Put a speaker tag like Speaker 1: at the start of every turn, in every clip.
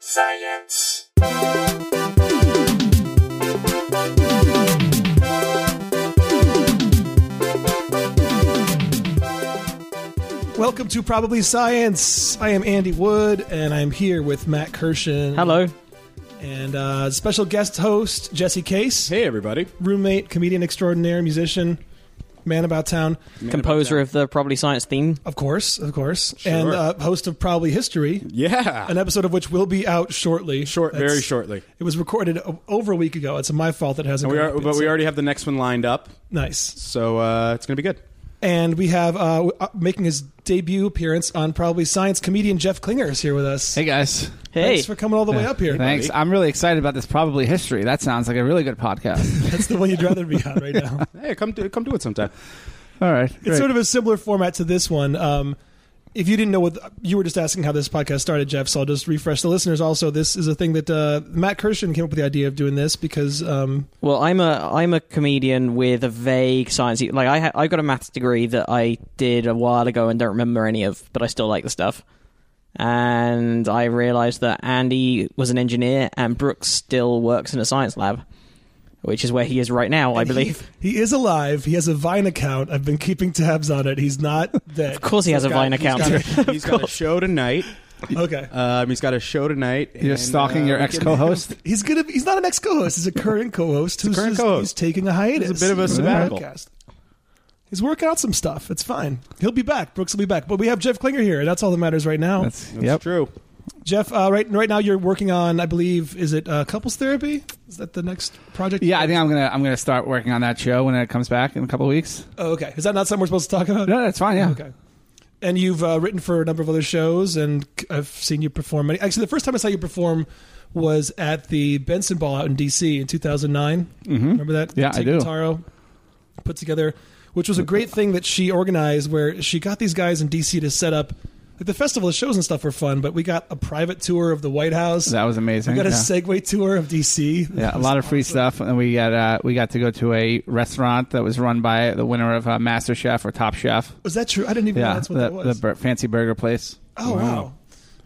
Speaker 1: science.
Speaker 2: Welcome to Probably Science. I am Andy Wood, and I'm here with Matt Kirshen.
Speaker 3: Hello.
Speaker 2: And uh, special guest host, Jesse Case,
Speaker 4: Hey, everybody.
Speaker 2: roommate, comedian extraordinaire, musician, man about town.
Speaker 3: Composer of the Probably Science theme.
Speaker 2: Of course, of course. And uh, host of Probably History,
Speaker 4: Yeah.
Speaker 2: an episode of which will be out shortly.
Speaker 4: Short,
Speaker 2: That's-
Speaker 4: very shortly.
Speaker 2: It was recorded o- over a week ago. It's my fault that it hasn't
Speaker 4: We
Speaker 2: gone
Speaker 4: are,
Speaker 2: up yet,
Speaker 4: but we
Speaker 2: so-
Speaker 4: already have the next one lined up,
Speaker 2: Nice.
Speaker 4: so uh, it's going to be good.
Speaker 2: And we have uh, w- uh, making his debut appearance on Probably Science, comedian Jeff Klinger is here with us.
Speaker 5: Hey guys.
Speaker 3: Hey.
Speaker 2: Thanks for coming all the way up here.
Speaker 5: Thanks. I'm really excited about this probably history. That sounds like a really good podcast.
Speaker 2: That's the one you'd rather be on right now.
Speaker 4: Hey, come do, come do it sometime.
Speaker 5: All right.
Speaker 2: It's sort of a similar format to this one. Um, if you didn't know what you were just asking how this podcast started, Jeff, so I'll just refresh the listeners. Also, this is a thing that uh, Matt Kirshen came up with the idea of doing this because um,
Speaker 3: Well, I'm a I'm a comedian with a vague science. Like I ha- I got a maths degree that I did a while ago and don't remember any of, but I still like the stuff. And I realized that Andy was an engineer and Brooks still works in a science lab, which is where he is right now, I believe.
Speaker 2: he, he is alive. He has a Vine account. I've been keeping tabs on it. He's not dead.
Speaker 3: Of course, he has a
Speaker 4: He's got-
Speaker 3: Vine
Speaker 4: he's
Speaker 3: account.
Speaker 4: got a- he's got a show tonight.
Speaker 2: okay.
Speaker 4: Um, he's got a show tonight.
Speaker 5: You're
Speaker 4: and,
Speaker 5: stalking
Speaker 4: uh,
Speaker 5: your
Speaker 4: we
Speaker 5: ex
Speaker 4: can-
Speaker 5: co-host.
Speaker 2: He's gonna. He's not an ex co-host. He's a current co-host who's
Speaker 4: current
Speaker 2: just-
Speaker 4: co-host.
Speaker 2: He's taking a hiatus.
Speaker 4: It's a bit of a
Speaker 2: from the
Speaker 4: sabbatical.
Speaker 2: podcast. He's working out some stuff. It's fine. He'll be back. Brooks will be back. But we have Jeff Klinger here, and that's all that matters right now.
Speaker 5: That's,
Speaker 4: That's
Speaker 5: yep.
Speaker 4: true.
Speaker 2: Jeff, uh, right right now you're working on, I believe, is it uh, couples therapy? Is that the next project?
Speaker 5: Yeah, I think I'm gonna I'm gonna start working on that show when it comes back in a couple of weeks.
Speaker 2: Oh, okay. Is that not something we're supposed to talk about?
Speaker 5: No, that's fine. Yeah.
Speaker 2: Okay. And you've uh, written for a number of other shows, and c- I've seen you perform many. Actually, the first time I saw you perform was at the Benson Ball out in D.C. in 2009. Mm-hmm. Remember that?
Speaker 5: Yeah, I
Speaker 2: Tig
Speaker 5: do.
Speaker 2: Notaro put together, which was a great thing that she organized, where she got these guys in D.C. to set up. Like the festival, the shows and stuff were fun, but we got a private tour of the White House.
Speaker 5: That was amazing.
Speaker 2: we got a
Speaker 5: yeah.
Speaker 2: Segway tour of D.C.
Speaker 5: Yeah, a lot of free stuff, and we got uh, we got to go to a restaurant that was run by the winner of uh, Master Chef or Top Chef.
Speaker 2: Was that true? I didn't even know
Speaker 5: Yeah,
Speaker 2: that's what
Speaker 5: the,
Speaker 2: that was.
Speaker 5: the Mm-hmm. bur- fancy burger place.
Speaker 2: Oh wow.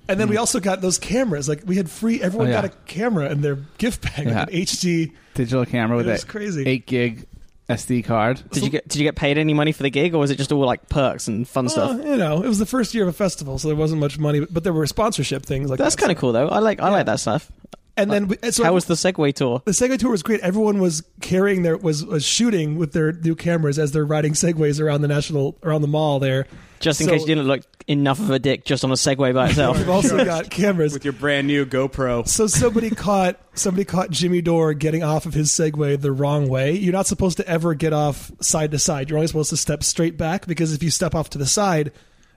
Speaker 2: And then we also got those cameras. Like we had free. Everyone
Speaker 5: Oh, yeah.
Speaker 2: got a camera in their gift bag,
Speaker 5: Yeah.
Speaker 2: like an HD.
Speaker 5: Digital camera with
Speaker 2: It was
Speaker 5: a
Speaker 2: crazy.
Speaker 5: eight gig SD card.
Speaker 3: Did you get Did you get paid any money for the gig, or was it just all like perks and fun
Speaker 2: Well,
Speaker 3: stuff?
Speaker 2: uh, you know, it was the first year of a festival, so there wasn't much money, but, but there were sponsorship things like
Speaker 3: That's
Speaker 2: that.
Speaker 3: kind of cool though. I like I like that stuff.
Speaker 2: And then we, and so
Speaker 3: How was the Segway tour?
Speaker 2: the Segway tour was great. Everyone was carrying their was, was shooting with their new cameras as they're riding Segways around the national around the mall there.
Speaker 3: Just in
Speaker 2: So-
Speaker 3: case you didn't look enough of a dick just on a Segway by itself.
Speaker 2: We've also got cameras.
Speaker 4: With your brand new GoPro.
Speaker 2: So somebody caught somebody caught Jimmy Dore getting off of his Segway the wrong way. You're not supposed to ever get off side to side. You're only supposed to step straight back because if you step off to the side,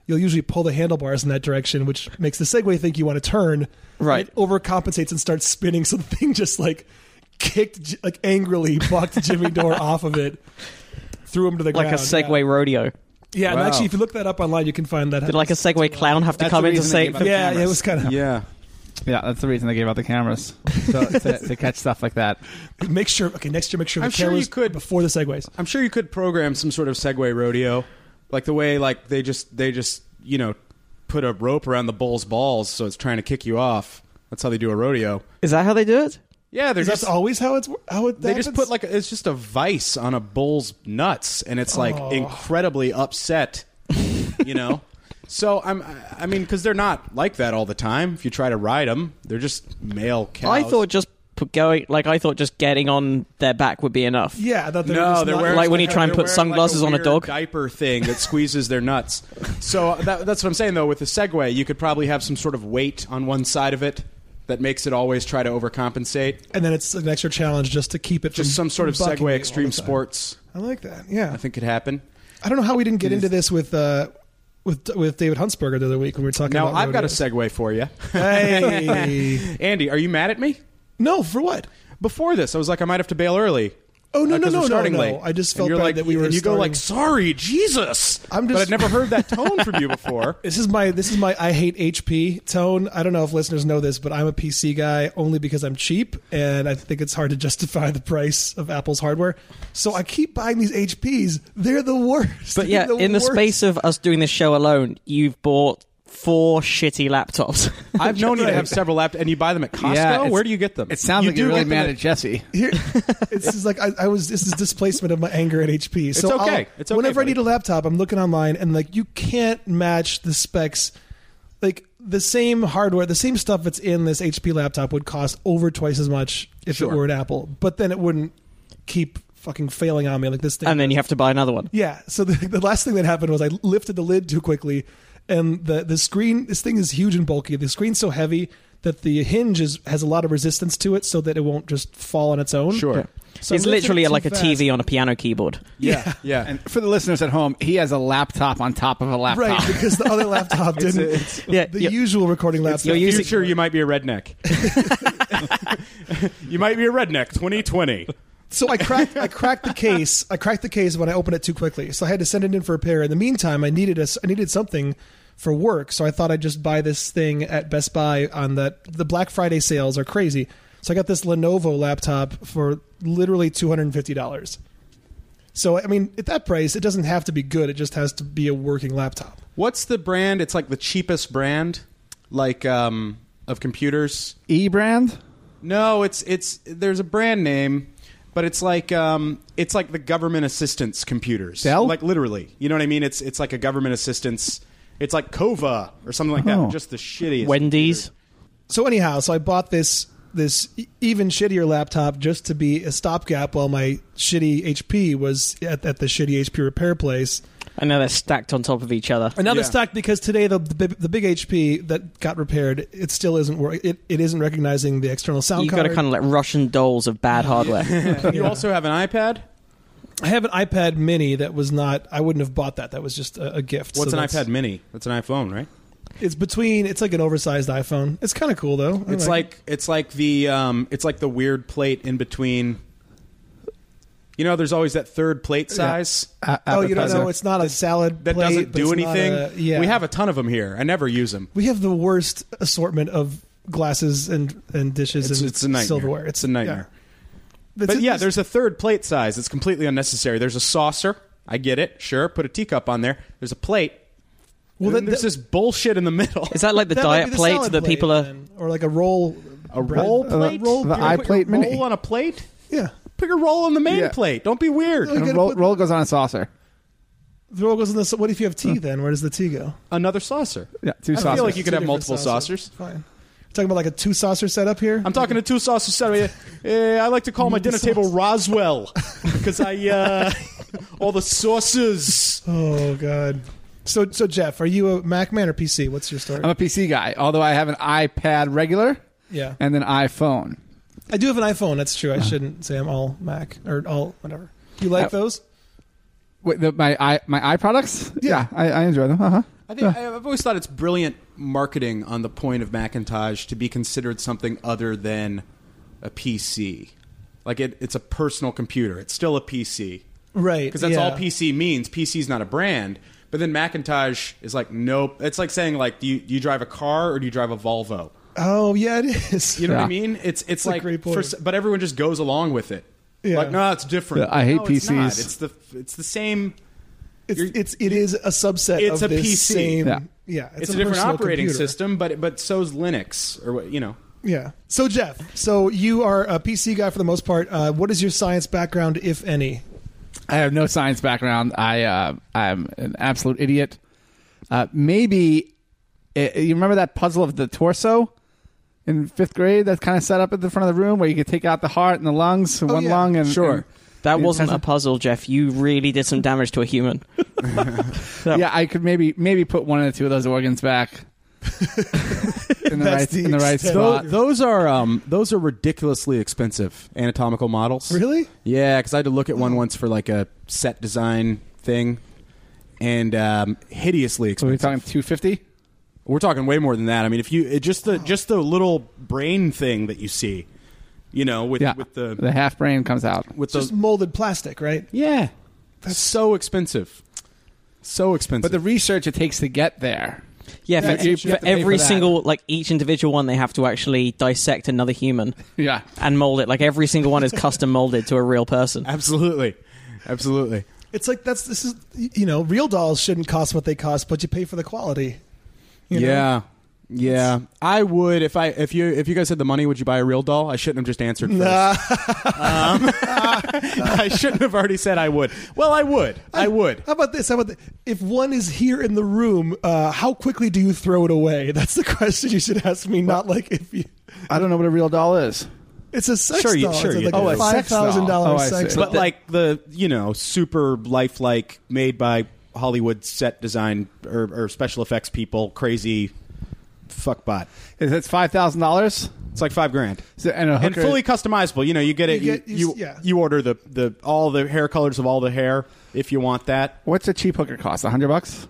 Speaker 2: you'll usually pull the handlebars in that direction, which makes the Segway think you want to turn.
Speaker 3: Right.
Speaker 2: It overcompensates and starts spinning, so the thing just like kicked J- like angrily bucked Jimmy Dore off of it. Threw him to the
Speaker 3: like a
Speaker 2: ground.
Speaker 3: Segway rodeo.
Speaker 2: Yeah, yeah and
Speaker 4: Wow.
Speaker 2: actually, if you look that up online, you can find that.
Speaker 3: Did like a Segway clown have to
Speaker 5: That's
Speaker 3: come
Speaker 5: the
Speaker 3: in to
Speaker 5: reason they
Speaker 3: save?
Speaker 5: gave
Speaker 3: them?
Speaker 5: up-
Speaker 2: yeah,
Speaker 5: cameras.
Speaker 2: yeah, it was kind of
Speaker 4: Yeah.
Speaker 5: Yeah, that's the reason they gave out the cameras so, to, to catch stuff like that.
Speaker 2: Make sure. Okay, next year, make sure the
Speaker 4: I'm sure you
Speaker 2: cameras
Speaker 4: could-
Speaker 2: before the Segways.
Speaker 4: I'm sure you could program some sort of Segway rodeo, like the way like they just they just you know put a rope around the bull's balls, so it's trying to kick you off. That's how they do a rodeo.
Speaker 3: Is that how they do it?
Speaker 4: Yeah, they're
Speaker 2: Is
Speaker 4: just
Speaker 2: that always how it's how it
Speaker 4: they just
Speaker 2: happens?
Speaker 4: put like a, it's just a vice on a bull's nuts and it's like incredibly upset you know so i'm I- i mean because they're not like that all the time if you try to ride them they're just male cows
Speaker 3: I thought just p- going like I thought just getting on their back would be enough.
Speaker 2: yeah, I thought they were
Speaker 4: no,
Speaker 2: just
Speaker 4: they're
Speaker 2: not-
Speaker 4: wearing
Speaker 3: Like when you
Speaker 4: they're
Speaker 3: try and put
Speaker 4: wearing, like,
Speaker 3: sunglasses on a
Speaker 4: weird
Speaker 3: dog?
Speaker 4: diaper thing that squeezes their nuts. So that, that's what I'm saying though. With the Segway, you could probably have some sort of weight on one side of it that makes it always try to overcompensate.
Speaker 2: and then it's an extra challenge just to keep it
Speaker 4: Just
Speaker 2: from
Speaker 4: some sort of
Speaker 2: bucking you all
Speaker 4: Segway
Speaker 2: the
Speaker 4: extreme
Speaker 2: time.
Speaker 4: sports,
Speaker 2: I like that. Yeah,
Speaker 4: I think could happen.
Speaker 2: I don't know how we didn't get into this with uh, with with David Huntsberger the other week when we were talking
Speaker 4: Now
Speaker 2: about.
Speaker 4: I've got a
Speaker 2: rodeos.
Speaker 4: Segway for you.
Speaker 2: Hey,
Speaker 4: Andy, are you mad at me?
Speaker 2: no, for what?
Speaker 4: Before this, I was like, I might have to bail early. Uh,
Speaker 2: Oh, no, no,
Speaker 4: 'cause
Speaker 2: no,
Speaker 4: we're
Speaker 2: no,
Speaker 4: starting
Speaker 2: no.
Speaker 4: late.
Speaker 2: I just
Speaker 4: And
Speaker 2: felt
Speaker 4: you're
Speaker 2: bad
Speaker 4: like,
Speaker 2: that we were
Speaker 4: And you go like,
Speaker 2: starting-
Speaker 4: "Sorry, Jesus."
Speaker 2: I'm
Speaker 4: but
Speaker 2: just-
Speaker 4: I've never heard that tone from you before.
Speaker 2: This is my this is my I hate HP tone. I don't know if listeners know this, but I'm a PC guy only because I'm cheap and I think it's hard to justify the price of Apple's hardware. So I keep buying these HPs. They're the worst.
Speaker 3: But yeah,
Speaker 2: They're
Speaker 3: in the
Speaker 2: worst.
Speaker 3: space of us doing this show alone, you've bought four shitty laptops.
Speaker 4: I've known you to have several laptops, and you buy them at Costco.
Speaker 5: Yeah, it's-
Speaker 4: Where do you get them?
Speaker 5: It sounds
Speaker 2: You
Speaker 5: like you're
Speaker 2: do
Speaker 5: really
Speaker 2: get
Speaker 5: mad
Speaker 2: the-
Speaker 5: at Jesse.
Speaker 2: Here, it's just like I, I was. This is displacement of my anger at HP. So
Speaker 4: okay.
Speaker 2: I'll-
Speaker 4: It's okay,
Speaker 2: Whenever
Speaker 4: buddy.
Speaker 2: I need a laptop, I'm looking online, and like you can't match the specs. Like the same hardware, the same stuff that's in this HP laptop would cost over twice as much if
Speaker 4: Sure.
Speaker 2: it were an Apple, but then it wouldn't keep fucking failing on me like this thing.
Speaker 3: and then you have to buy another one.
Speaker 2: Yeah. So the, the last thing that happened was I lifted the lid too quickly, and the the screen. This thing is huge and bulky. The screen's so heavy that the hinge is, has a lot of resistance to it, so that it won't just fall on its own.
Speaker 4: Sure.
Speaker 2: So I
Speaker 3: it's
Speaker 2: lifted it
Speaker 3: literally
Speaker 2: too
Speaker 3: like
Speaker 2: fast.
Speaker 3: a TV on a piano keyboard.
Speaker 4: yeah, yeah.
Speaker 5: And for the listeners at home, he has a laptop on top of a laptop.
Speaker 2: Right, because the other laptop
Speaker 4: It's
Speaker 2: didn't.
Speaker 4: a- it's-
Speaker 3: Yeah,
Speaker 2: the
Speaker 3: yeah.
Speaker 2: usual recording laptop.
Speaker 3: you're
Speaker 4: the
Speaker 3: using-
Speaker 4: future, you might be a redneck. you might be a redneck. Twenty twenty.
Speaker 2: so I cracked I cracked the case. I cracked the case when I opened it too quickly. So I had to send it in for repair. In the meantime, I needed a, I needed something for work. So I thought I'd just buy this thing at Best Buy on that the Black Friday sales are crazy. So I got this Lenovo laptop for literally two hundred and fifty dollars. So I mean, at that price, it doesn't have to be good. It just has to be a working laptop.
Speaker 4: What's the brand? It's like the cheapest brand, like um, of computers.
Speaker 5: E brand.
Speaker 4: No, it's it's there's a brand name, but it's like um, it's like the government assistance computers.
Speaker 5: Dell?
Speaker 4: Like literally, you know what I mean? It's it's like a government assistance. It's like Kova or something like that.
Speaker 5: Oh.
Speaker 4: Just the shittiest.
Speaker 3: Wendy's.
Speaker 2: so anyhow, so I bought this this e- even shittier laptop just to be a stopgap while my shitty HP was at, at the shitty HP repair place.
Speaker 3: I know they're stacked on top of each other.
Speaker 2: And now they're
Speaker 4: Yeah.
Speaker 2: stuck because today the, the big- the big HP that got repaired it still isn't wor- it, it isn't recognizing the external sound
Speaker 3: You've got
Speaker 2: card.
Speaker 3: to kind of like Russian dolls of bad hardware.
Speaker 4: You also have an iPad.
Speaker 2: I have an iPad Mini that was not I wouldn't have bought that that was just a, a gift.
Speaker 4: What's
Speaker 2: So
Speaker 4: an
Speaker 2: that's-
Speaker 4: iPad Mini? That's an iPhone, right?
Speaker 2: It's between it's like an oversized iPhone. It's kind of cool though. I
Speaker 4: It's like it's like the um, it's like the weird plate in between. You know, there's always that third plate size
Speaker 2: oh you don't
Speaker 5: Uh, appetizer.
Speaker 2: know it's not a salad
Speaker 4: that
Speaker 2: plate,
Speaker 4: doesn't
Speaker 2: but
Speaker 4: do
Speaker 2: it's not
Speaker 4: anything.
Speaker 2: a- yeah,
Speaker 4: We have a ton of them here. I never use them.
Speaker 2: We have the worst assortment of glasses and and dishes
Speaker 4: It's,
Speaker 2: and
Speaker 4: it's a nightmare.
Speaker 2: silverware. It's
Speaker 4: a nightmare.
Speaker 2: Yeah.
Speaker 4: But
Speaker 2: It's-
Speaker 4: yeah,
Speaker 2: it's-
Speaker 4: there's a third plate size. It's completely unnecessary. There's a saucer. I get it. Sure, put a teacup on there. There's a plate. Well,
Speaker 2: then
Speaker 4: then there's
Speaker 2: that-
Speaker 4: this bullshit in the middle.
Speaker 3: Is that like the
Speaker 2: that might be
Speaker 3: diet
Speaker 2: the
Speaker 3: plate
Speaker 2: salad
Speaker 3: that people are?
Speaker 2: then, or like a roll,
Speaker 4: a roll
Speaker 5: Uh,
Speaker 4: plate?
Speaker 5: roll- the
Speaker 4: You're gonna put
Speaker 5: iPlate
Speaker 4: your roll
Speaker 5: Mini.
Speaker 4: on a plate?
Speaker 2: yeah.
Speaker 4: Put your roll on the main
Speaker 5: Yeah.
Speaker 4: plate. Don't be weird.
Speaker 2: You
Speaker 5: And
Speaker 2: gotta
Speaker 5: roll,
Speaker 2: put-
Speaker 5: roll goes on a saucer.
Speaker 2: The roll goes in the. What if you have tea then? Where does the tea go?
Speaker 4: Another saucer.
Speaker 5: Yeah, two
Speaker 4: I
Speaker 5: saucers.
Speaker 4: feel like you
Speaker 2: Two
Speaker 4: could have
Speaker 2: different
Speaker 4: multiple saucers.
Speaker 2: Fine. We're talking about like a two saucer setup here.
Speaker 4: I'm talking to two saucer Saturday. Eh, I like to call my dinner table Roswell because I uh, all the sauces.
Speaker 2: oh god. So so Jeff, are you a Mac man or PC? What's your story?
Speaker 5: I'm a PC guy, although I have an iPad regular
Speaker 2: yeah,
Speaker 5: and an iPhone.
Speaker 2: I do have an iPhone. That's true. I shouldn't say I'm all Mac or all whatever. You like
Speaker 5: I-
Speaker 2: those?
Speaker 5: Wait, the, my i my eye products.
Speaker 2: Yeah.
Speaker 5: I, I enjoy them. Uh-huh.
Speaker 4: I think I- I've always thought it's brilliant marketing on the point of Macintosh to be considered something other than a PC. Like it, it's a personal computer. It's still a PC
Speaker 2: Right.
Speaker 4: because that's
Speaker 2: yeah.
Speaker 4: all PC means. PC is not a brand. But then Macintosh is like, nope. It's like saying like, do you, do you drive a car or do you drive a Volvo?
Speaker 2: Oh yeah, it is.
Speaker 4: You know what I
Speaker 5: Yeah.
Speaker 4: mean? It's it's,
Speaker 2: a
Speaker 4: like,
Speaker 2: great
Speaker 4: for
Speaker 2: point.
Speaker 4: s- but everyone just goes along with it.
Speaker 2: Yeah.
Speaker 4: Like, no, it's different.
Speaker 5: Yeah, I hate
Speaker 4: No, it's not.
Speaker 5: PCs.
Speaker 4: It's the it's the same.
Speaker 2: It's
Speaker 4: You're-
Speaker 2: it's it is a subset.
Speaker 4: It's
Speaker 2: of
Speaker 4: a
Speaker 2: this
Speaker 4: PC.
Speaker 2: Same,
Speaker 5: Yeah.
Speaker 2: yeah.
Speaker 4: It's, a, different
Speaker 2: personal
Speaker 4: operating
Speaker 2: computer.
Speaker 4: system, but but so's Linux or what you know.
Speaker 2: Yeah. So Jeff, so you are a PC guy for the most part. Uh, what is your science background, if any?
Speaker 5: I have no science background. I uh, I'm an absolute idiot. Uh, maybe eh, you remember that puzzle of the torso in fifth grade that's kind of set up at the front of the room where you could take out the heart and the lungs, one
Speaker 2: yeah.
Speaker 5: lung, and
Speaker 4: Sure.
Speaker 5: and-
Speaker 3: That
Speaker 5: Yeah,
Speaker 3: wasn't
Speaker 5: Tesla.
Speaker 3: a puzzle, Jeff. You really did some damage to a human. That-
Speaker 5: yeah, I could maybe maybe put one or two of those organs back in the
Speaker 2: That's
Speaker 5: right
Speaker 2: the
Speaker 5: in the right
Speaker 2: extent.
Speaker 5: spot.
Speaker 4: those are um, those are ridiculously expensive anatomical models.
Speaker 2: Really?
Speaker 4: Yeah, because I had to look at one once for like a set design thing, and um, hideously
Speaker 5: So we're
Speaker 4: expensive.
Speaker 5: talking two fifty.
Speaker 4: We're talking way more than that. I mean, if you it, just the just the little brain thing that you see, you know, with
Speaker 5: Yeah,
Speaker 4: with the,
Speaker 5: the half brain comes out.
Speaker 4: with
Speaker 2: It's just
Speaker 4: the
Speaker 2: molded plastic, right?
Speaker 4: yeah, that's so expensive, so expensive.
Speaker 5: But the research it takes to get there.
Speaker 3: Yeah,
Speaker 2: Yeah,
Speaker 3: for,
Speaker 2: you- you
Speaker 3: for
Speaker 5: have to pay
Speaker 3: every
Speaker 5: for that.
Speaker 3: single, like each individual one, they have to actually dissect another human
Speaker 5: Yeah.
Speaker 3: and mold it. Like every single one is custom molded to a real person.
Speaker 4: absolutely, absolutely.
Speaker 2: It's like that's this is you know real dolls shouldn't cost what they cost, but you pay for the quality. you know?
Speaker 4: yeah. Yeah, I would if I if you if you guys had the money, would you buy a real doll? I shouldn't have just answered first. Um,
Speaker 2: Nah.
Speaker 4: I shouldn't have already said I would. Well, I would. I would.
Speaker 2: How about this? How about th- if one is here in the room, uh, how quickly do you throw it away? That's the question you should ask me. Not like if you.
Speaker 5: I don't know what a real doll is.
Speaker 2: It's a sex
Speaker 4: Sure you-
Speaker 2: doll.
Speaker 4: sure
Speaker 2: it's
Speaker 4: you
Speaker 2: like
Speaker 4: do. Oh,
Speaker 2: a
Speaker 4: a
Speaker 2: five
Speaker 5: sex doll.
Speaker 2: thousand dollar
Speaker 5: Oh, I
Speaker 2: sex.
Speaker 5: see.
Speaker 2: doll.
Speaker 4: but like the you know super lifelike made by hollywood set design or, or special effects people crazy fuckbot
Speaker 5: Is it's five thousand dollars?
Speaker 4: it's like five grand
Speaker 5: And a
Speaker 4: and
Speaker 5: hooker.
Speaker 4: fully customizable you know you get it
Speaker 2: You
Speaker 4: you
Speaker 2: get- you-
Speaker 4: you,
Speaker 2: yeah.
Speaker 4: you order the, the all the hair colors of all the hair if you want that
Speaker 5: What's a cheap hooker cost? A hundred bucks.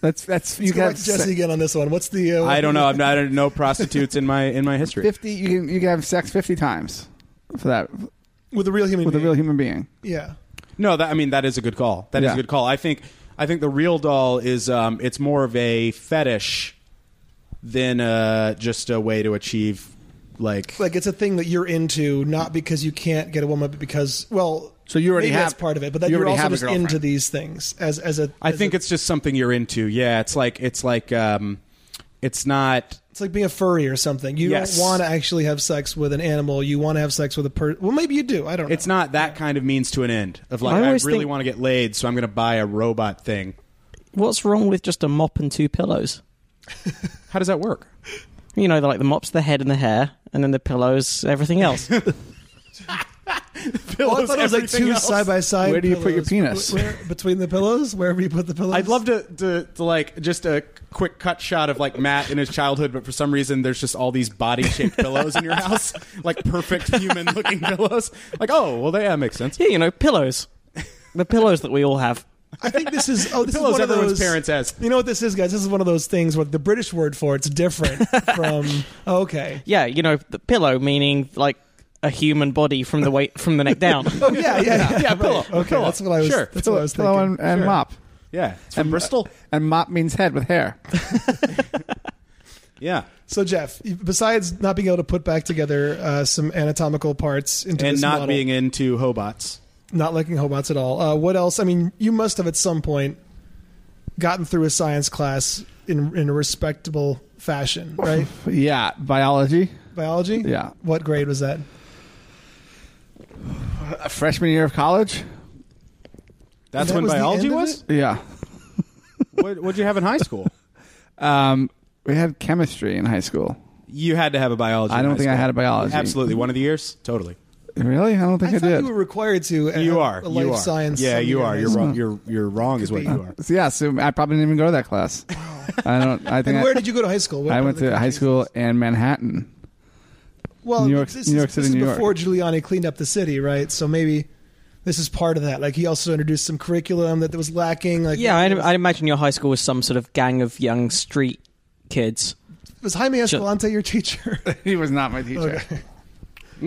Speaker 5: That's that's you
Speaker 2: Let's go
Speaker 5: can
Speaker 2: back
Speaker 5: have
Speaker 2: to Jesse
Speaker 5: se-
Speaker 2: again on this one. What's the? Uh,
Speaker 4: i don't know i'm not I don't know prostitutes in my in my history
Speaker 5: fifty. You can you can have sex fifty times for that
Speaker 2: with a real human.
Speaker 5: with a
Speaker 2: being.
Speaker 5: real human being.
Speaker 2: yeah.
Speaker 4: No, that, I mean that is a good call. That is
Speaker 5: Yeah.
Speaker 4: a good call. I think I think the real doll is um, it's more of a fetish than uh, just a way to achieve like.
Speaker 2: Like it's a thing that you're into, not because you can't get a woman, but because well,
Speaker 5: So you already
Speaker 2: maybe
Speaker 5: have-
Speaker 2: that's part of it. But that
Speaker 5: you
Speaker 2: you're
Speaker 5: already
Speaker 2: also
Speaker 5: have a
Speaker 2: just
Speaker 5: girlfriend.
Speaker 2: into these things as as a.
Speaker 4: I
Speaker 2: as
Speaker 4: think
Speaker 2: a-
Speaker 4: it's just something you're into. Yeah, it's like it's like um, it's not.
Speaker 2: It's like being a furry or something. You
Speaker 4: Yes.
Speaker 2: don't want to actually have sex with an animal. You want to have sex with a person. Well, maybe you do. I don't know.
Speaker 4: It's not that kind of means to an end of like
Speaker 3: I
Speaker 4: I, really
Speaker 3: always think-
Speaker 4: want to get laid, so I'm going to buy a robot thing.
Speaker 3: What's wrong with just a mop and two pillows?
Speaker 4: How does that work?
Speaker 3: You know, like the mop's the head and the hair, and then the pillows, everything else.
Speaker 2: Well, I thought it was like two side by side.
Speaker 5: Where do you put your penis?
Speaker 2: Where, between the pillows, wherever you put the pillows.
Speaker 4: I'd love to, to, to like just a quick cut shot of like Matt in his childhood, but for some reason there's just all these body shaped pillows in your house, like perfect human looking pillows. Like, oh, well, yeah, that makes sense.
Speaker 3: yeah, you know, pillows. The pillows that we all have.
Speaker 2: I think this is oh, this is
Speaker 4: Pillows
Speaker 2: one of
Speaker 4: everyone's
Speaker 2: those
Speaker 4: parents has.
Speaker 2: You know what this is, guys? This is one of those things where the British word for it's different from oh, okay.
Speaker 3: Yeah, you know, the pillow meaning like a human body from the weight from the neck down.
Speaker 2: Oh yeah, yeah, yeah, right.
Speaker 4: pillow,
Speaker 2: Okay,
Speaker 4: pillow.
Speaker 2: that's what I was.
Speaker 4: Sure,
Speaker 2: that's what I
Speaker 5: Pillow,
Speaker 2: was
Speaker 5: pillow
Speaker 2: thinking.
Speaker 5: and, and
Speaker 2: Sure.
Speaker 5: mop.
Speaker 4: Yeah, it's from Bristol.
Speaker 5: And mop means head with hair.
Speaker 4: Yeah,
Speaker 2: So Jeff, besides not being able to put back together uh, some anatomical parts into
Speaker 4: and
Speaker 2: this
Speaker 4: not
Speaker 2: model,
Speaker 4: being into hobots.
Speaker 2: not liking hobots at all. Uh, what else? I mean, you must have at some point gotten through a science class in in a respectable fashion, right?
Speaker 5: Yeah, biology.
Speaker 2: Biology.
Speaker 5: Yeah.
Speaker 2: What grade was that?
Speaker 5: A freshman year of college.
Speaker 4: That's
Speaker 2: That
Speaker 4: when
Speaker 2: was the
Speaker 4: biology
Speaker 2: end of
Speaker 4: was.
Speaker 5: Yeah.
Speaker 4: What would you have in high school?
Speaker 5: Um, we had chemistry in high school.
Speaker 4: You had to have a biology.
Speaker 5: I
Speaker 4: in
Speaker 5: don't
Speaker 4: high
Speaker 5: think I
Speaker 4: school.
Speaker 5: had a biology.
Speaker 4: Absolutely, one of the years, totally.
Speaker 5: Really? I don't think I,
Speaker 2: I thought
Speaker 5: did.
Speaker 2: you were required to. at
Speaker 4: You
Speaker 2: a-
Speaker 4: are.
Speaker 2: A life
Speaker 4: you are.
Speaker 2: science.
Speaker 4: Yeah,
Speaker 2: seminar
Speaker 4: you are.
Speaker 2: in
Speaker 4: You're
Speaker 2: high
Speaker 4: wrong.
Speaker 2: school.
Speaker 4: You're you're wrong is what
Speaker 2: be.
Speaker 4: you are.
Speaker 5: So, yeah, so I probably didn't even go to that class. I don't. I think
Speaker 2: And
Speaker 5: I,
Speaker 2: where did you go to high school? What
Speaker 5: I
Speaker 2: part
Speaker 5: went
Speaker 2: of the
Speaker 5: to high
Speaker 2: country?
Speaker 5: school in Manhattan.
Speaker 2: Well,
Speaker 5: New York-
Speaker 2: this
Speaker 5: New
Speaker 2: is,
Speaker 5: York
Speaker 2: this
Speaker 5: City,
Speaker 2: is
Speaker 5: New York.
Speaker 2: before Giuliani cleaned up the city, right? So maybe this is part of that. Like he also introduced some curriculum that was lacking. Like
Speaker 3: Yeah, I'd,
Speaker 2: was,
Speaker 3: I'd imagine your high school was some sort of gang of young street kids.
Speaker 2: was Jaime Escalante your teacher?
Speaker 5: He was not my teacher.
Speaker 2: Okay.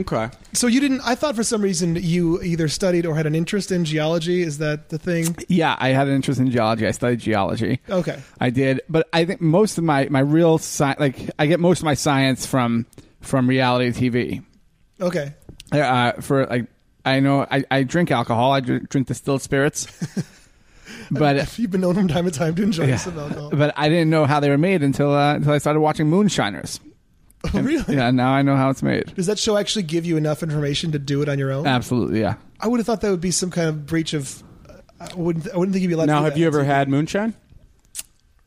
Speaker 4: Okay.
Speaker 2: so you didn't. I thought for some reason you either studied or had an interest in geology. Is that the thing?
Speaker 5: Yeah, I had an interest in geology. I studied geology.
Speaker 2: Okay.
Speaker 5: I did, but I think most of my my real science, like I get most of my science from from reality TV.
Speaker 2: Okay.
Speaker 5: Uh, for like, I know I, I drink alcohol. I drink, drink distilled spirits, but
Speaker 2: You've been known from time to time to enjoy
Speaker 5: yeah,
Speaker 2: some alcohol.
Speaker 5: but I didn't know how they were made until uh, until I started watching Moonshiners.
Speaker 2: Oh, really?
Speaker 5: Yeah, now I know how it's made.
Speaker 2: Does that show actually give you enough information to do it on your own?
Speaker 5: Absolutely, yeah.
Speaker 2: I would have thought that would be some kind of breach of. I wouldn't. I wouldn't think you'd be allowed. to
Speaker 4: Now,
Speaker 2: do
Speaker 4: have
Speaker 2: that.
Speaker 4: you ever had moonshine?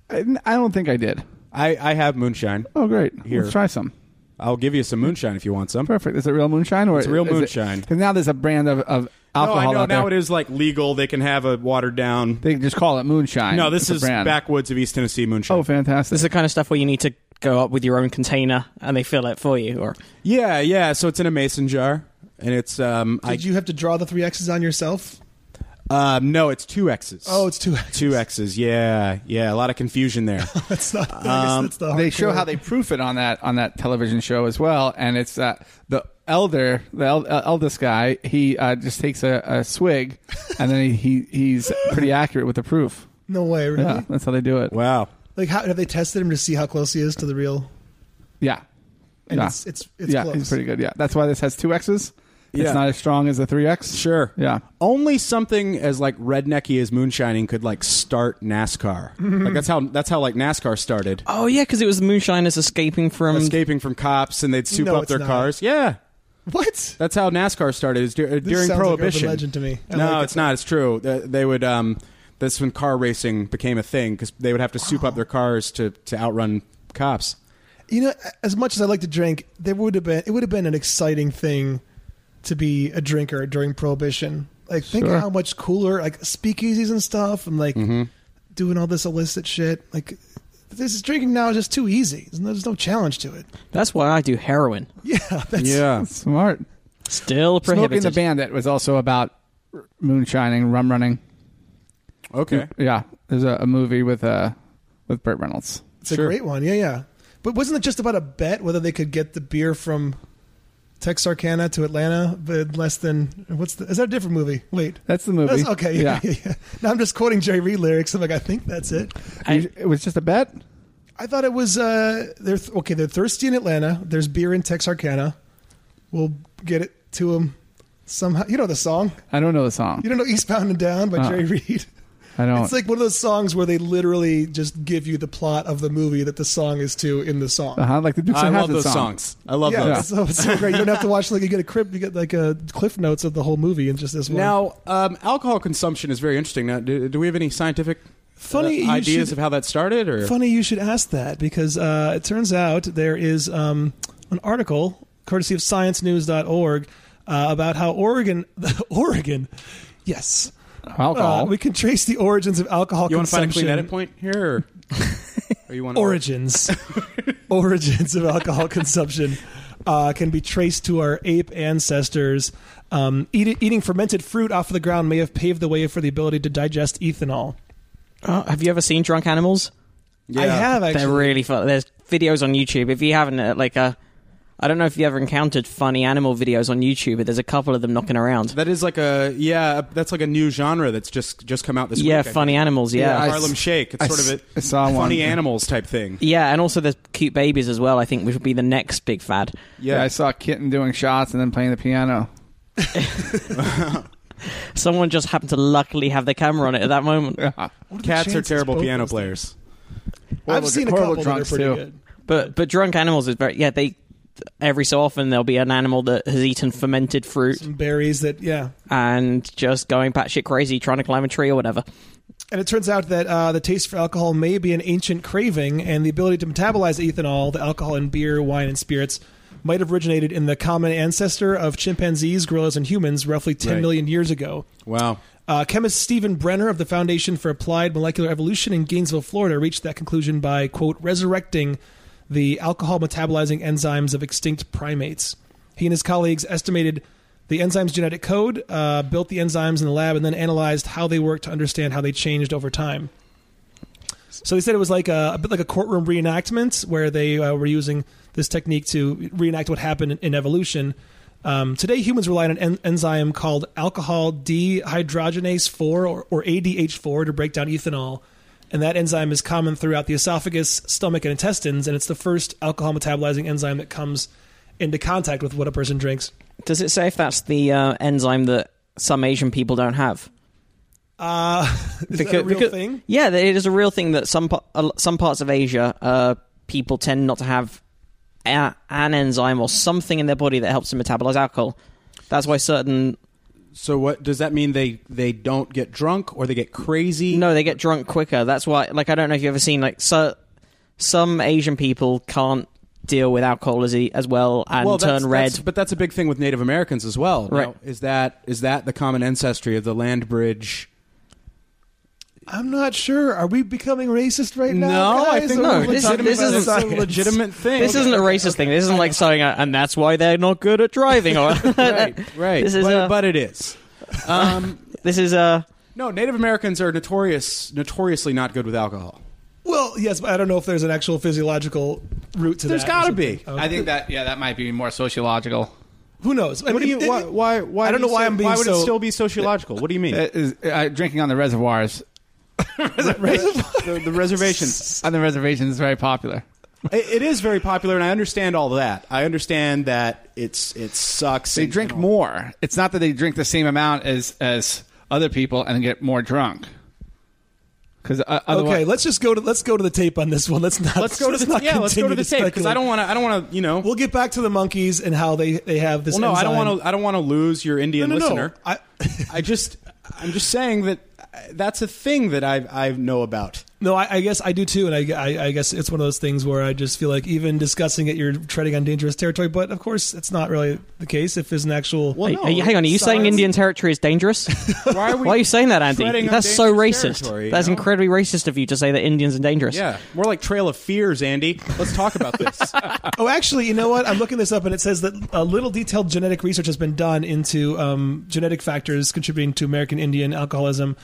Speaker 5: I, I don't think I did.
Speaker 4: I, I have moonshine.
Speaker 5: Oh, great.
Speaker 4: Here.
Speaker 5: Let's try some.
Speaker 4: I'll give you some moonshine if you want some.
Speaker 5: Perfect. Is it real moonshine or
Speaker 4: It's real
Speaker 5: is it-
Speaker 4: moonshine.
Speaker 5: 'cause now there's a brand of, of
Speaker 4: No,
Speaker 5: alcohol
Speaker 4: I know
Speaker 5: out
Speaker 4: now
Speaker 5: there.
Speaker 4: it is like legal. They can have a watered down.
Speaker 5: They just call it moonshine.
Speaker 4: No, this
Speaker 5: It's a
Speaker 4: is
Speaker 5: brand.
Speaker 4: backwoods of East Tennessee moonshine.
Speaker 5: Oh, fantastic!
Speaker 3: It's the kind of stuff where you need to go up with your own container and they fill it for you. Or
Speaker 4: yeah, yeah. So it's in a mason jar, and it's um, I
Speaker 2: Did you have to draw the three X's on yourself?
Speaker 4: um, no, it's two X's.
Speaker 2: Oh, it's two X's.
Speaker 4: two X's. Yeah, yeah. A lot of confusion there.
Speaker 2: That's not. I guess that's the
Speaker 5: Um, they show
Speaker 2: hardcore.
Speaker 5: how they proof it on that on that television show as well, and it's uh, the elder, the el- uh, eldest guy. He uh, just takes a, a swig, and then he, he he's pretty accurate with the proof.
Speaker 2: No way, really.
Speaker 5: Yeah, that's how they do it.
Speaker 4: wow.
Speaker 2: Like, how, have they tested him to see how close he is to the real?
Speaker 5: Yeah,
Speaker 2: And
Speaker 5: Yeah.
Speaker 2: it's it's it's
Speaker 5: yeah,
Speaker 2: close.
Speaker 5: he's pretty good. Yeah, that's why this has two X's
Speaker 4: Yeah.
Speaker 5: It's not as strong as the 3X.
Speaker 4: Sure.
Speaker 5: Yeah.
Speaker 4: Only something as like rednecky as moonshining could like start NASCAR. Like that's how that's how like NASCAR started.
Speaker 3: Oh yeah, because it was the moonshiners escaping from.
Speaker 4: Escaping from cops and they'd soup
Speaker 2: No,
Speaker 4: up their
Speaker 2: it's not.
Speaker 4: cars. Yeah.
Speaker 2: What?
Speaker 4: That's how NASCAR started is dur- uh, during
Speaker 2: sounds like urban
Speaker 4: prohibition.
Speaker 2: legend to me. I
Speaker 4: no,
Speaker 2: like
Speaker 4: it's not. It's true. They, they would um that's when car racing became a thing cuz they would have to soup up their cars to to outrun cops.
Speaker 2: You know, as much as I like to drink, there would have been it would have been an exciting thing to be a drinker during Prohibition. Like, think
Speaker 5: Sure. Mm-hmm.
Speaker 2: how much cooler, like speakeasies and stuff, and like doing all this illicit shit. Like, this is drinking now is just too easy. There's no, there's no challenge to it.
Speaker 3: That's why I do heroin.
Speaker 2: Yeah, that's,
Speaker 4: Yeah.
Speaker 5: Smart.
Speaker 3: Still
Speaker 5: Smoking
Speaker 3: prohibited.
Speaker 5: the Bandit was also about r- moonshining, rum running.
Speaker 4: Okay.
Speaker 5: Yeah. There's a, a movie with uh with Burt Reynolds.
Speaker 2: it's a
Speaker 4: Sure.
Speaker 2: great one. Yeah, yeah. But wasn't it just about a bet whether they could get the beer from Texarkana to Atlanta, but less than what's the, is that a different movie? Wait.
Speaker 5: That's the movie.
Speaker 2: That's okay. Yeah, yeah. yeah. Now I'm just quoting Jerry Reed lyrics. I'm like, I think that's it.
Speaker 3: I-
Speaker 5: You- it was just a bet.
Speaker 2: I thought it was uh, they're th- okay. They're thirsty in Atlanta. There's beer in Texarkana. We'll get it to them somehow. You know the song.
Speaker 5: I don't know the song.
Speaker 2: You don't know "Eastbound and Down" by
Speaker 5: Uh-uh. Oh.
Speaker 2: Jerry Reed.
Speaker 5: I don't.
Speaker 2: It's like one of those songs where they literally just give you the plot of the movie that the song is to in the song.
Speaker 5: uh-huh, like the Dukes
Speaker 4: I
Speaker 5: of
Speaker 4: love
Speaker 5: Hazzard
Speaker 4: those
Speaker 5: song.
Speaker 4: songs. I love
Speaker 2: Yeah,
Speaker 4: those.
Speaker 2: it's so, it's so great. You don't have to watch like you get a crib, you get like a cliff notes of the whole movie and just this one.
Speaker 4: Now, um, alcohol consumption is very interesting. Now, do, do we have any scientific
Speaker 2: Funny
Speaker 4: uh,
Speaker 2: you
Speaker 4: ideas
Speaker 2: should-
Speaker 4: of how that started? Or
Speaker 2: Funny you should ask that because uh, it turns out there is um, an article, courtesy of ScienceNews.org, uh, about how Oregon, Oregon, yes,
Speaker 5: Alcohol.
Speaker 2: Uh, we can trace the origins of alcohol
Speaker 4: you want to find a
Speaker 2: consumption.
Speaker 4: clean edit point here? Or, or you want
Speaker 2: origins, origins of alcohol consumption uh, can be traced to our ape ancestors. Um, eat, eating fermented fruit off of the ground may have paved the way for the ability to digest ethanol.
Speaker 3: Oh, have you ever seen Drunk Animals?
Speaker 4: Yeah.
Speaker 2: I have actually.
Speaker 3: They're really fun. There's videos on YouTube. If you haven't, uh, like, uh, I don't know if you ever encountered funny animal videos on YouTube, but there's a couple of them knocking around.
Speaker 4: That is like a yeah. That's like a new genre that's just just come out this
Speaker 3: yeah,
Speaker 4: week. I
Speaker 3: funny
Speaker 4: think.
Speaker 3: animals. Yeah.
Speaker 5: Yeah, I-
Speaker 4: Harlem Shake. It's
Speaker 5: I
Speaker 4: sort of
Speaker 5: s-
Speaker 4: a
Speaker 5: I saw one.
Speaker 4: funny animals type thing.
Speaker 3: yeah, and also there's cute babies as well. I think which would be the next big fad.
Speaker 5: yeah.
Speaker 4: Yeah,
Speaker 5: I saw a kitten doing shots and then playing the piano.
Speaker 3: Someone just happened to luckily have their camera on it at that moment.
Speaker 2: What the
Speaker 4: cats are
Speaker 2: chances
Speaker 4: terrible
Speaker 2: both
Speaker 4: piano
Speaker 2: those things-
Speaker 4: players.
Speaker 2: I've
Speaker 5: Horrible-
Speaker 2: seen a
Speaker 5: horrible
Speaker 2: couple that are
Speaker 5: drunks,
Speaker 2: pretty
Speaker 5: too.
Speaker 2: good.
Speaker 3: But but drunk animals is very yeah. They every so often there'll be an animal that has eaten fermented fruit
Speaker 2: Some berries that yeah.
Speaker 3: and just going batshit crazy trying to climb a tree or whatever.
Speaker 2: And it turns out that uh, the taste for alcohol may be an ancient craving, and the ability to metabolize ethanol, the alcohol in beer, wine, and spirits, might have originated in the common ancestor of chimpanzees, gorillas, and humans roughly 10
Speaker 4: Right.
Speaker 2: million years ago.
Speaker 4: Wow.
Speaker 2: Uh, chemist Stephen Brenner of the Foundation for Applied Molecular Evolution in Gainesville, Florida, reached that conclusion by, quote, resurrecting the alcohol metabolizing enzymes of extinct primates. He and his colleagues estimated the enzyme's genetic code, uh, built the enzymes in the lab, and then analyzed how they worked to understand how they changed over time. So they said it was like a, a bit like a courtroom reenactment where they uh, were using this technique to reenact what happened in, in evolution. Um, today, humans rely on an en- enzyme called alcohol dehydrogenase 4 or, or ADH4 to break down ethanol. And that enzyme is common throughout the esophagus, stomach, and intestines. And it's the first alcohol metabolizing enzyme that comes into contact with what a person drinks.
Speaker 3: Does it say if that's the uh, enzyme that some Asian people don't have?
Speaker 2: Uh, is that a
Speaker 3: Becau-
Speaker 2: real
Speaker 3: becau-
Speaker 2: thing?
Speaker 3: Yeah, that it is a real thing that some pa- uh, some parts of Asia uh, people tend not to have a- an enzyme or something in their body that helps them metabolize alcohol. That's why certain
Speaker 4: So what does that mean? They they don't get drunk or they get crazy?
Speaker 3: no they get drunk quicker. That's why like I don't know if you've ever seen like so some Asian people can't deal with alcohol as, e- as well and
Speaker 4: Well, that's-
Speaker 3: turn red.
Speaker 4: that's- but that's a big thing with Native Americans as well. Now,
Speaker 3: Right.
Speaker 4: is that is that the common ancestry of the land bridge?
Speaker 2: I'm not sure. Are we becoming racist right
Speaker 4: No,
Speaker 2: now?
Speaker 4: I
Speaker 2: guys?
Speaker 4: think
Speaker 2: Or
Speaker 3: No,
Speaker 2: are we
Speaker 3: this is-
Speaker 2: talking
Speaker 3: this
Speaker 2: about
Speaker 3: isn't-
Speaker 2: science?
Speaker 4: a legitimate thing.
Speaker 3: this isn't a racist thing. This isn't like saying, uh, and that's why they're not good at driving. Or
Speaker 4: right, right.
Speaker 3: This is
Speaker 4: but,
Speaker 3: a-
Speaker 4: but it is. Um,
Speaker 3: this is uh, a
Speaker 4: no, Native Americans are notorious, notoriously not good with alcohol.
Speaker 2: Well, yes, but I don't know if there's an actual physiological root to
Speaker 4: There's
Speaker 2: that.
Speaker 4: got to
Speaker 2: to
Speaker 4: be.
Speaker 5: I think that yeah, that might be more sociological.
Speaker 2: Who knows? I
Speaker 4: What do
Speaker 2: mean,
Speaker 4: you?
Speaker 2: it-
Speaker 4: Why?
Speaker 2: it-
Speaker 4: Why? why
Speaker 2: I don't
Speaker 4: do
Speaker 2: know
Speaker 4: you
Speaker 2: why
Speaker 4: say-
Speaker 2: I'm being
Speaker 4: Why would
Speaker 2: so-
Speaker 4: it still be sociological? What do you mean?
Speaker 5: It is, uh, drinking on the reservoirs
Speaker 4: the, the reservations.
Speaker 5: on the reservations is very popular.
Speaker 4: it, it is very popular, and I understand all that. I understand that It's it sucks.
Speaker 5: They
Speaker 4: and-
Speaker 5: drink
Speaker 4: and all-
Speaker 5: more. It's not that they drink the same amount as as other people and get more drunk. Because uh, otherwise,
Speaker 2: Okay, let's just go to let's go to the tape on this one. Let's not
Speaker 4: Let's go to the
Speaker 2: not
Speaker 4: yeah. Let's go to
Speaker 2: continue
Speaker 4: the tape because I
Speaker 2: speculate.
Speaker 4: don't want to. I don't want to. You know.
Speaker 2: We'll get back to the monkeys and how they they have this.
Speaker 4: Well, no, I don't
Speaker 2: enzyme.
Speaker 4: want to. I don't want to lose your Indian
Speaker 2: No, no, no.
Speaker 4: listener.
Speaker 2: I,
Speaker 4: I just, I'm just saying that uh, that's a thing that I I know about.
Speaker 2: no, I, I guess I do too, and I, I, I guess it's one of those things where I just feel like even discussing it, you're treading on dangerous territory. But of course, it's not really the case if there's an actual.
Speaker 4: Well,
Speaker 3: Hey,
Speaker 4: no,
Speaker 3: hey, hang on, are you saying
Speaker 2: science-
Speaker 3: Indian territory is dangerous?
Speaker 4: Why are we
Speaker 3: Why are you saying that, Andy?
Speaker 4: treading on
Speaker 3: That's so
Speaker 4: dangerous
Speaker 3: racist.
Speaker 4: territory, you
Speaker 3: That's
Speaker 4: know?
Speaker 3: incredibly racist of you to say that Indians are dangerous.
Speaker 4: Yeah, more like Trail of Fears, Andy. Let's talk about this.
Speaker 2: Oh, actually, you know what? I'm looking this up, and it says that a little detailed genetic research has been done into um, genetic factors contributing to American Indian alcoholism.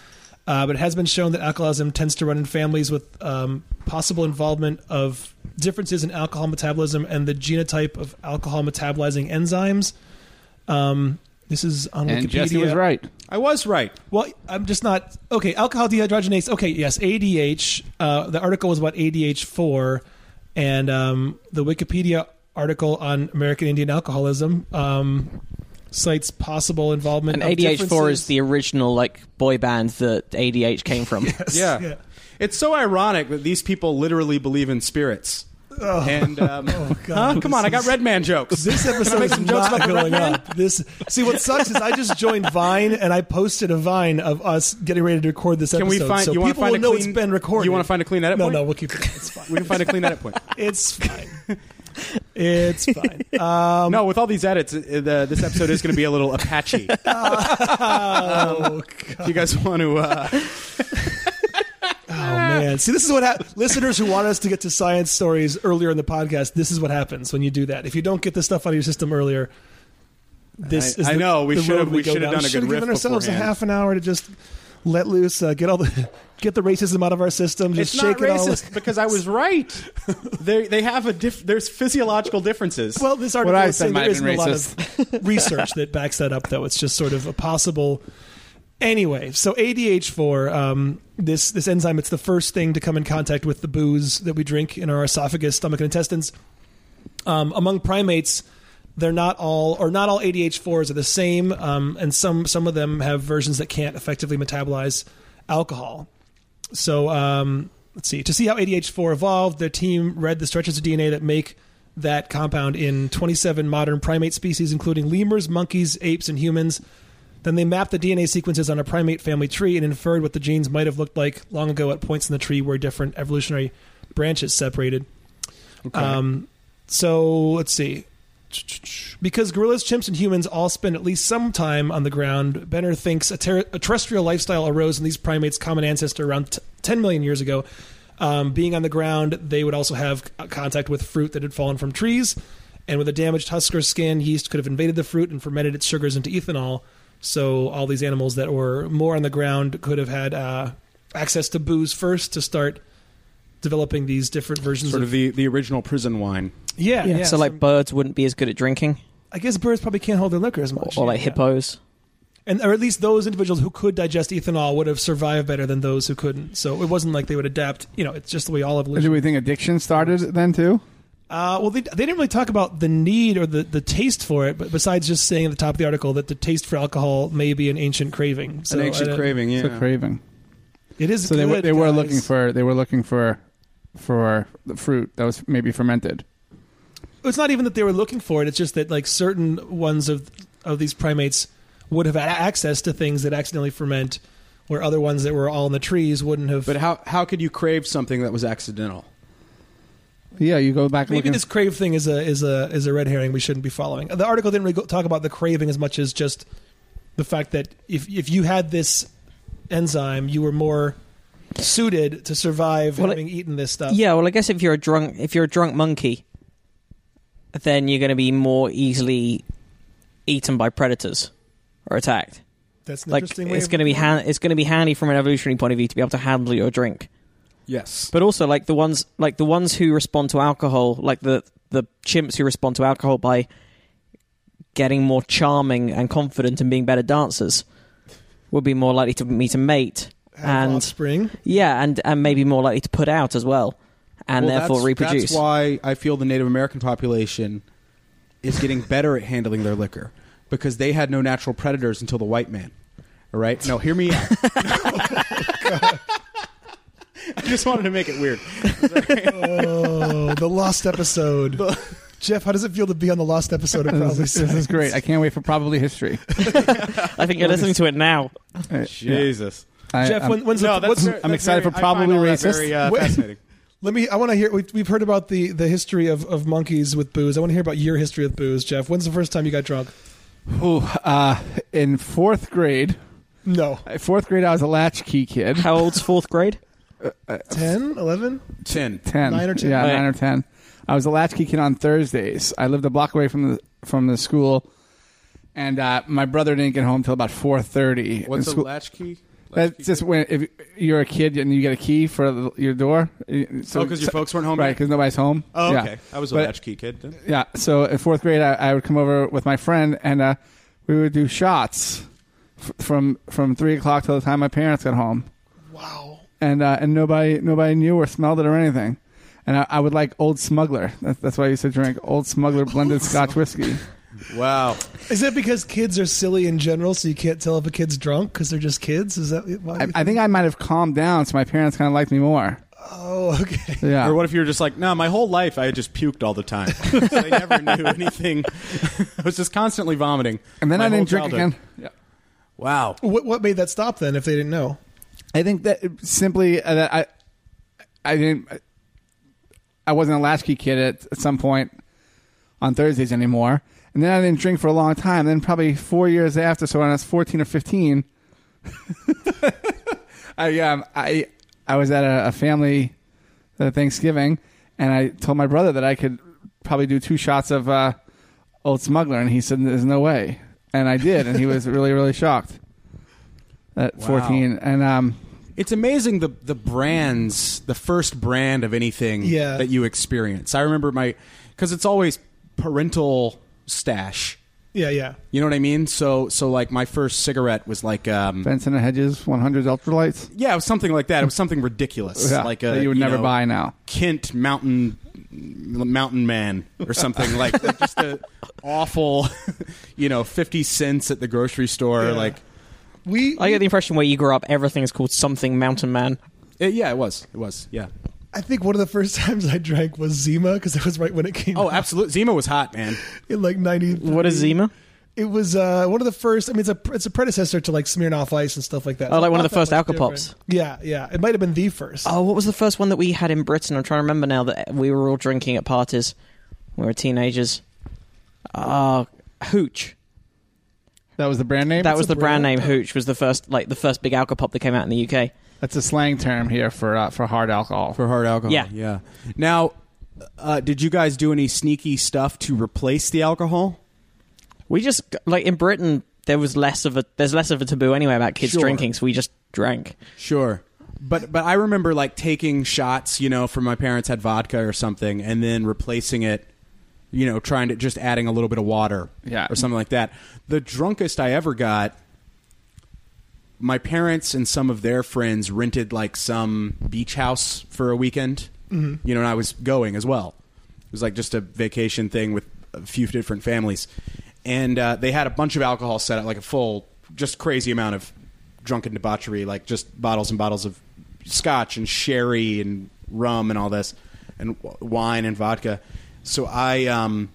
Speaker 2: Uh, but it has been shown that alcoholism tends to run in families with um, possible involvement of differences in alcohol metabolism and the genotype of alcohol metabolizing enzymes. Um, this is on
Speaker 5: and
Speaker 2: Wikipedia.
Speaker 5: Jesse was right.
Speaker 4: I was right.
Speaker 2: Well, I'm just not okay. Alcohol dehydrogenase. Okay, yes, ADH. Uh, the article was about ADH four, and um, the Wikipedia article on American Indian alcoholism um, cites possible involvement.
Speaker 3: And
Speaker 2: of
Speaker 3: ADH4
Speaker 2: differences-
Speaker 3: is the original like boy band that ADH came from.
Speaker 4: Yeah.
Speaker 2: Yeah.
Speaker 4: it's so ironic that these people literally believe in spirits. And um,
Speaker 2: Oh. God,
Speaker 4: huh? come on,
Speaker 2: this
Speaker 4: I got
Speaker 2: is-
Speaker 4: Red Man jokes.
Speaker 2: This episode is not going up. This see what sucks is I just joined Vine and I posted a Vine of us getting ready to record this
Speaker 4: Can
Speaker 2: episode.
Speaker 4: we find-
Speaker 2: so
Speaker 4: you wanna
Speaker 2: people
Speaker 4: find
Speaker 2: will
Speaker 4: a
Speaker 2: know it's
Speaker 4: clean-
Speaker 2: been recorded.
Speaker 4: you wanna find a clean edit
Speaker 2: No,
Speaker 4: point?
Speaker 2: no, we'll keep it. It's fine.
Speaker 4: we can find a clean edit point.
Speaker 2: It's fine. It's fine. Um,
Speaker 4: no, with all these edits, uh, the, this episode is going to be a little Apache. If
Speaker 2: Oh God.
Speaker 4: you guys want to, uh,
Speaker 2: Oh man! See, this is what hap listeners who want us to get to science stories earlier in the podcast. This is what happens when you do that. If you don't get this stuff out of your system earlier, this
Speaker 4: I-
Speaker 2: is
Speaker 4: I
Speaker 2: the-
Speaker 4: know, we
Speaker 2: the
Speaker 4: should've-
Speaker 2: road
Speaker 4: we
Speaker 2: go
Speaker 4: should've
Speaker 2: down.
Speaker 4: done
Speaker 2: We
Speaker 4: a good
Speaker 2: should've given
Speaker 4: riff
Speaker 2: ourselves
Speaker 4: beforehand.
Speaker 2: a half an hour to just let loose, uh, get all the get the racism out of our system, just
Speaker 4: it's
Speaker 2: shake
Speaker 4: not
Speaker 2: it all.
Speaker 4: racist because I was right. they they have a diff- there's physiological differences.
Speaker 2: Well, this article
Speaker 5: What I
Speaker 2: is
Speaker 5: said
Speaker 2: saying
Speaker 5: might
Speaker 2: there
Speaker 5: have
Speaker 2: isn't a
Speaker 5: been
Speaker 2: lot of research that backs that up, though. It's just sort of a possible. Anyway, so ADH4, um, this this enzyme, it's the first thing to come in contact with the booze that we drink in our esophagus, stomach, and intestines. Um, among primates, they're not all, or not all ADH4s are the same, um, and some some of them have versions that can't effectively metabolize alcohol. So um, let's see. To see how ADH4 evolved, their team read the stretches of DNA that make that compound in 27 modern primate species, including lemurs, monkeys, apes, and humans. Then they mapped the DNA sequences on a primate family tree and inferred what the genes might have looked like long ago at points in the tree where different evolutionary branches separated. Um, so let's see. Because gorillas, chimps, and humans all spend at least some time on the ground, Benner thinks a, ter- a terrestrial lifestyle arose in these primates' common ancestor around t- 10 million years ago. Um, being on the ground, they would also have c- contact with fruit that had fallen from trees, and with a damaged husk or skin, yeast could have invaded the fruit and fermented its sugars into ethanol. So all these animals that were more on the ground could have had uh, access to booze first to start developing these different versions
Speaker 4: sort of the, the original prison wine.
Speaker 2: yeah, yeah.
Speaker 3: So like birds wouldn't be as good at drinking,
Speaker 2: I guess birds probably can't hold their liquor as
Speaker 3: or,
Speaker 2: much.
Speaker 3: or like
Speaker 2: Yeah.
Speaker 3: hippos.
Speaker 2: and or at least those individuals who could digest ethanol would have survived better than those who couldn't. So it wasn't like they would adapt. You know, it's just the way all
Speaker 5: Do
Speaker 2: evolution.
Speaker 5: we think addiction started then too?
Speaker 2: Uh, well, they, they didn't really talk about the need or the, the taste for it, but besides just saying at the top of the article that the taste for alcohol may be an ancient craving. So
Speaker 4: An
Speaker 2: I
Speaker 4: ancient
Speaker 2: don't-
Speaker 4: craving, yeah.
Speaker 5: It's a craving.
Speaker 2: It is.
Speaker 5: So they were
Speaker 2: good,
Speaker 5: they were
Speaker 2: guys.
Speaker 5: looking for they were looking for for the fruit that was maybe fermented.
Speaker 2: It's not even that they were looking for it. It's just that like certain ones of of these primates would have had access to things that accidentally ferment, where other ones that were all in the trees wouldn't have.
Speaker 4: But how how could you crave something that was accidental?
Speaker 5: Yeah, you go back.
Speaker 2: Maybe
Speaker 5: looking,
Speaker 2: this crave thing is a is a is a red herring we shouldn't be following. The article didn't really go- talk about the craving as much as just the fact that if if you had this enzyme, you were more suited to survive
Speaker 3: Well,
Speaker 2: having eaten this stuff.
Speaker 3: Yeah, well, I guess if you're a drunk, if you're a drunk monkey, then you're going to be more easily eaten by predators or attacked.
Speaker 2: that's an
Speaker 3: Like
Speaker 2: interesting way.
Speaker 3: it's
Speaker 2: of-
Speaker 3: going to be han- it's going to be handy from an evolutionary point of view to be able to handle your drink.
Speaker 4: Yes.
Speaker 3: But also, like the ones like the ones who respond to alcohol, like the the chimps who respond to alcohol by getting more charming and confident and being better dancers, would be more likely to meet a mate.
Speaker 2: have
Speaker 3: and-
Speaker 2: offspring.
Speaker 3: Yeah, and and maybe more likely to put out as well, and
Speaker 4: Well,
Speaker 3: therefore
Speaker 4: that's,
Speaker 3: reproduce.
Speaker 4: That's why I feel the Native American population is getting better at handling their liquor because they had no natural predators until the white man. All right? No, hear me out. I just wanted to make it weird.
Speaker 2: Oh, the lost episode. Jeff, how does it feel to be on the lost episode of Probably
Speaker 5: This is great. I can't wait for probably history.
Speaker 3: I think you're listening to it now.
Speaker 5: Uh,
Speaker 4: Jesus.
Speaker 5: I-
Speaker 2: Jeff,
Speaker 5: I'm-
Speaker 2: when, when's
Speaker 4: No,
Speaker 2: the,
Speaker 4: that's
Speaker 2: what's,
Speaker 4: very-
Speaker 5: I'm
Speaker 4: that's
Speaker 5: excited
Speaker 4: very-
Speaker 5: for
Speaker 4: I find
Speaker 5: probably
Speaker 4: all that
Speaker 5: racist.
Speaker 4: Very, uh,
Speaker 2: Wait.
Speaker 4: fascinating.
Speaker 2: let me. I want to hear. We've, we've heard about the the history of, of monkeys with booze. I want to hear about your history with booze, Jeff. When's the first time you got drunk?
Speaker 5: Ooh, uh, in fourth grade,
Speaker 2: No,
Speaker 5: fourth grade, I was a latchkey kid.
Speaker 3: How old's fourth grade?
Speaker 2: 10, 11?
Speaker 4: Ten.
Speaker 5: ten,
Speaker 2: Nine or ten?
Speaker 5: Yeah,
Speaker 3: Right.
Speaker 5: nine or ten. I was a latchkey kid on Thursdays. I lived a block away from the from the school, and uh, my brother didn't get home till about four thirty.
Speaker 4: What's a latchkey?
Speaker 5: That's just when if you're a kid and you get a key for the- your door. So,
Speaker 4: Oh, because your folks weren't home.
Speaker 5: right? Because nobody's home.
Speaker 4: Oh,
Speaker 5: Yeah.
Speaker 4: okay. I was a
Speaker 5: But-
Speaker 4: latchkey kid. Then.
Speaker 5: Yeah. So in fourth grade, I, I would come over with my friend, and uh, we would do shots f- from from three o'clock till the time my parents got home,
Speaker 2: Wow.
Speaker 5: and uh, and nobody nobody knew or smelled it or anything. And I, I would like Old Smuggler. That's, that's why I used to drink Old Smuggler blended Scotch whiskey.
Speaker 4: Wow.
Speaker 2: Is it because kids are silly in general, so you can't tell if a kid's drunk because they're just kids? Is that? Why
Speaker 5: I, I think I might have calmed down, so my parents kind of liked me more.
Speaker 2: oh, okay.
Speaker 5: Yeah.
Speaker 4: Or what if you were just like, no, my whole life I just puked all the time. so I never knew anything. I was just constantly vomiting.
Speaker 5: and then
Speaker 4: my
Speaker 5: I
Speaker 4: whole
Speaker 5: didn't drink
Speaker 4: childhood.
Speaker 5: again. Yeah.
Speaker 4: Wow.
Speaker 2: What what made that stop then? If they didn't know,
Speaker 5: I think that simply uh, that I, I didn't, I wasn't a latchkey kid at, at some point on Thursdays anymore, and then I didn't drink for a long time. Then probably four years after, so when I was fourteen or fifteen, I um I I was at a, a family uh, Thanksgiving, and I told my brother that I could probably do two shots of uh, Old Smuggler, and he said, "There's no way," and I did, and he was really really shocked at
Speaker 4: Wow.
Speaker 5: fourteen, and um.
Speaker 4: It's amazing the the brands, the first brand of anything
Speaker 2: Yeah.
Speaker 4: that you experience. I remember my because it's always parental stash.
Speaker 2: yeah, yeah.
Speaker 4: You know what I mean? So so like my first cigarette was like um
Speaker 5: Benson and Hedges 100 ultralights
Speaker 4: yeah, it was something like that. It was something ridiculous.
Speaker 5: Yeah,
Speaker 4: Like a
Speaker 5: that you would never
Speaker 4: know,
Speaker 5: buy now.
Speaker 4: Kent Mountain Mountain Man or something like just a awful, you know, fifty cents at the grocery store.
Speaker 2: Yeah.
Speaker 4: Like,
Speaker 2: We
Speaker 3: I get the impression where you grew up, everything's called something Mountain Man.
Speaker 4: it, yeah, it was, it was, yeah.
Speaker 2: I think one of the first times I drank was Zima because that was right when it came.
Speaker 4: Oh,
Speaker 2: out
Speaker 4: absolutely. Zima was hot, man.
Speaker 2: in like ninety.
Speaker 3: What is Zima?
Speaker 2: It was uh, one of the first. I mean, it's a it's a predecessor to like Smirnoff Ice and stuff like that.
Speaker 3: Oh, like one of
Speaker 2: Not
Speaker 3: the
Speaker 2: that
Speaker 3: first
Speaker 2: much
Speaker 3: Alka Pops.
Speaker 2: different. Yeah, yeah. It might have been the first.
Speaker 3: Oh, what was the first one that we had in Britain? I'm trying to remember now that we were all drinking at parties. We were teenagers. Uh, Hooch.
Speaker 5: That was the brand name.
Speaker 3: That was the brand
Speaker 2: brand?
Speaker 3: name. Hooch was the first, like the first big alcohol pop that came out in the UK.
Speaker 5: That's a slang term here for uh, for hard alcohol.
Speaker 4: for hard alcohol.
Speaker 3: Yeah.
Speaker 4: yeah. Now, uh, did you guys do any sneaky stuff to replace the alcohol?
Speaker 3: We just like in Britain, there was less of a there's less of a taboo anyway about kids
Speaker 4: Sure.
Speaker 3: drinking, so we just drank.
Speaker 4: Sure. But but I remember like taking shots, you know, from my parents had vodka or something, and then replacing it, you know, trying to just adding a little bit of water,
Speaker 5: Yeah.
Speaker 4: or something like that. The drunkest I ever got. My parents and some of their friends rented like some beach house for a weekend, you know, and I was going as well. It was like just a vacation thing with a few different families, and uh, they had a bunch of alcohol set up, like a full, just crazy amount of drunken debauchery, like just bottles and bottles of scotch and sherry and rum and all this, and w- wine and vodka. So I, um,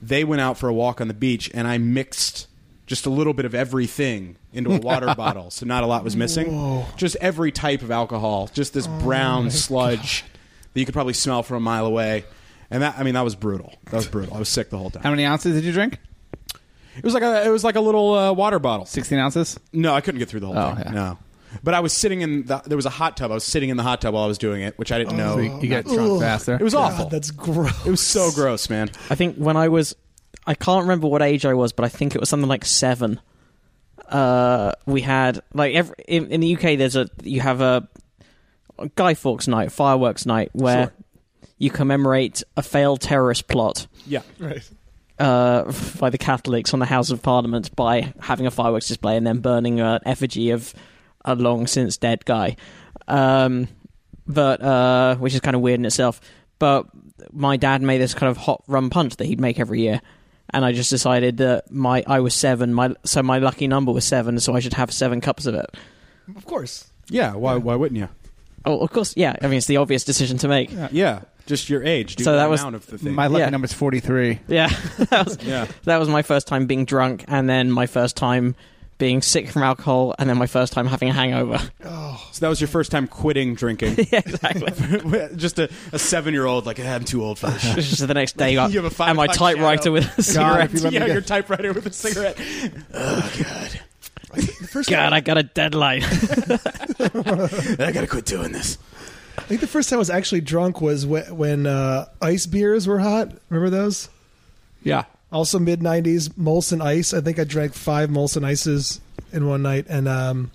Speaker 4: they went out for a walk on the beach, and I mixed just a little bit of everything into a water bottle, so not a lot was missing. Just every type of alcohol, just this brown sludge that you could probably smell from a mile away. And that, I mean, that was brutal. That was brutal. I was sick the whole
Speaker 5: How
Speaker 4: time.
Speaker 5: many ounces did you drink?
Speaker 4: It was like a, it was like a little uh, water bottle.
Speaker 5: 16 ounces.
Speaker 4: No, I couldn't get through the whole
Speaker 5: Oh,
Speaker 4: thing.
Speaker 5: yeah.
Speaker 4: No. But I was sitting in the there was a hot tub. I was sitting in the hot tub while I was doing it, which I didn't know.
Speaker 5: So you, you get
Speaker 2: Ugh.
Speaker 5: drunk faster.
Speaker 4: It was awful.
Speaker 2: God, that's gross.
Speaker 4: it was so gross, man.
Speaker 3: I think when I was, I can't remember what age I was, but I think it was something like seven. Uh, we had like every in, in the UK. There's a you have a, Guy Fawkes night, fireworks night, where
Speaker 4: Sure.
Speaker 3: you commemorate a failed terrorist plot
Speaker 4: Yeah.
Speaker 2: Right.
Speaker 3: uh, by the Catholics on the House of Parliament by having a fireworks display and then burning an effigy of a long since dead guy, um, but uh, which is kind of weird in itself. But my dad made this kind of hot rum punch that he'd make every year, and I just decided that my I was seven. My so my lucky number was seven, so I should have seven cups of it.
Speaker 2: Of course.
Speaker 4: Yeah, why why wouldn't you?
Speaker 3: Oh, of course, yeah. I mean, it's the obvious decision to make. Yeah,
Speaker 4: Yeah, just your age. Do
Speaker 3: So
Speaker 4: the
Speaker 3: that was
Speaker 4: amount of the thing.
Speaker 5: My lucky
Speaker 3: Yeah.
Speaker 5: number's 43.
Speaker 3: that was
Speaker 4: Yeah.
Speaker 3: that was my first time being drunk, and then my first time being sick from alcohol, and then my first time having a hangover.
Speaker 4: So that was your first time quitting drinking.
Speaker 3: yeah, exactly.
Speaker 4: just a, a seven year old like "Ah, I'm too old for this.
Speaker 3: It
Speaker 4: shit."
Speaker 3: was just the next day, up,
Speaker 4: You have a five
Speaker 3: and my
Speaker 4: o'clock
Speaker 3: typewriter
Speaker 4: shadow.
Speaker 3: with a
Speaker 5: God,
Speaker 3: cigarette.
Speaker 5: if you let me
Speaker 4: yeah,
Speaker 5: get-
Speaker 4: your typewriter with a cigarette. oh god,
Speaker 2: The first
Speaker 3: God, I got a deadline.
Speaker 4: I gotta quit doing this.
Speaker 2: I think the first time I was actually drunk was when, when uh, ice beers were hot. Remember those?
Speaker 5: Yeah.
Speaker 2: Also mid '90s Molson Ice. I think I drank five Molson Ices in one night, and um,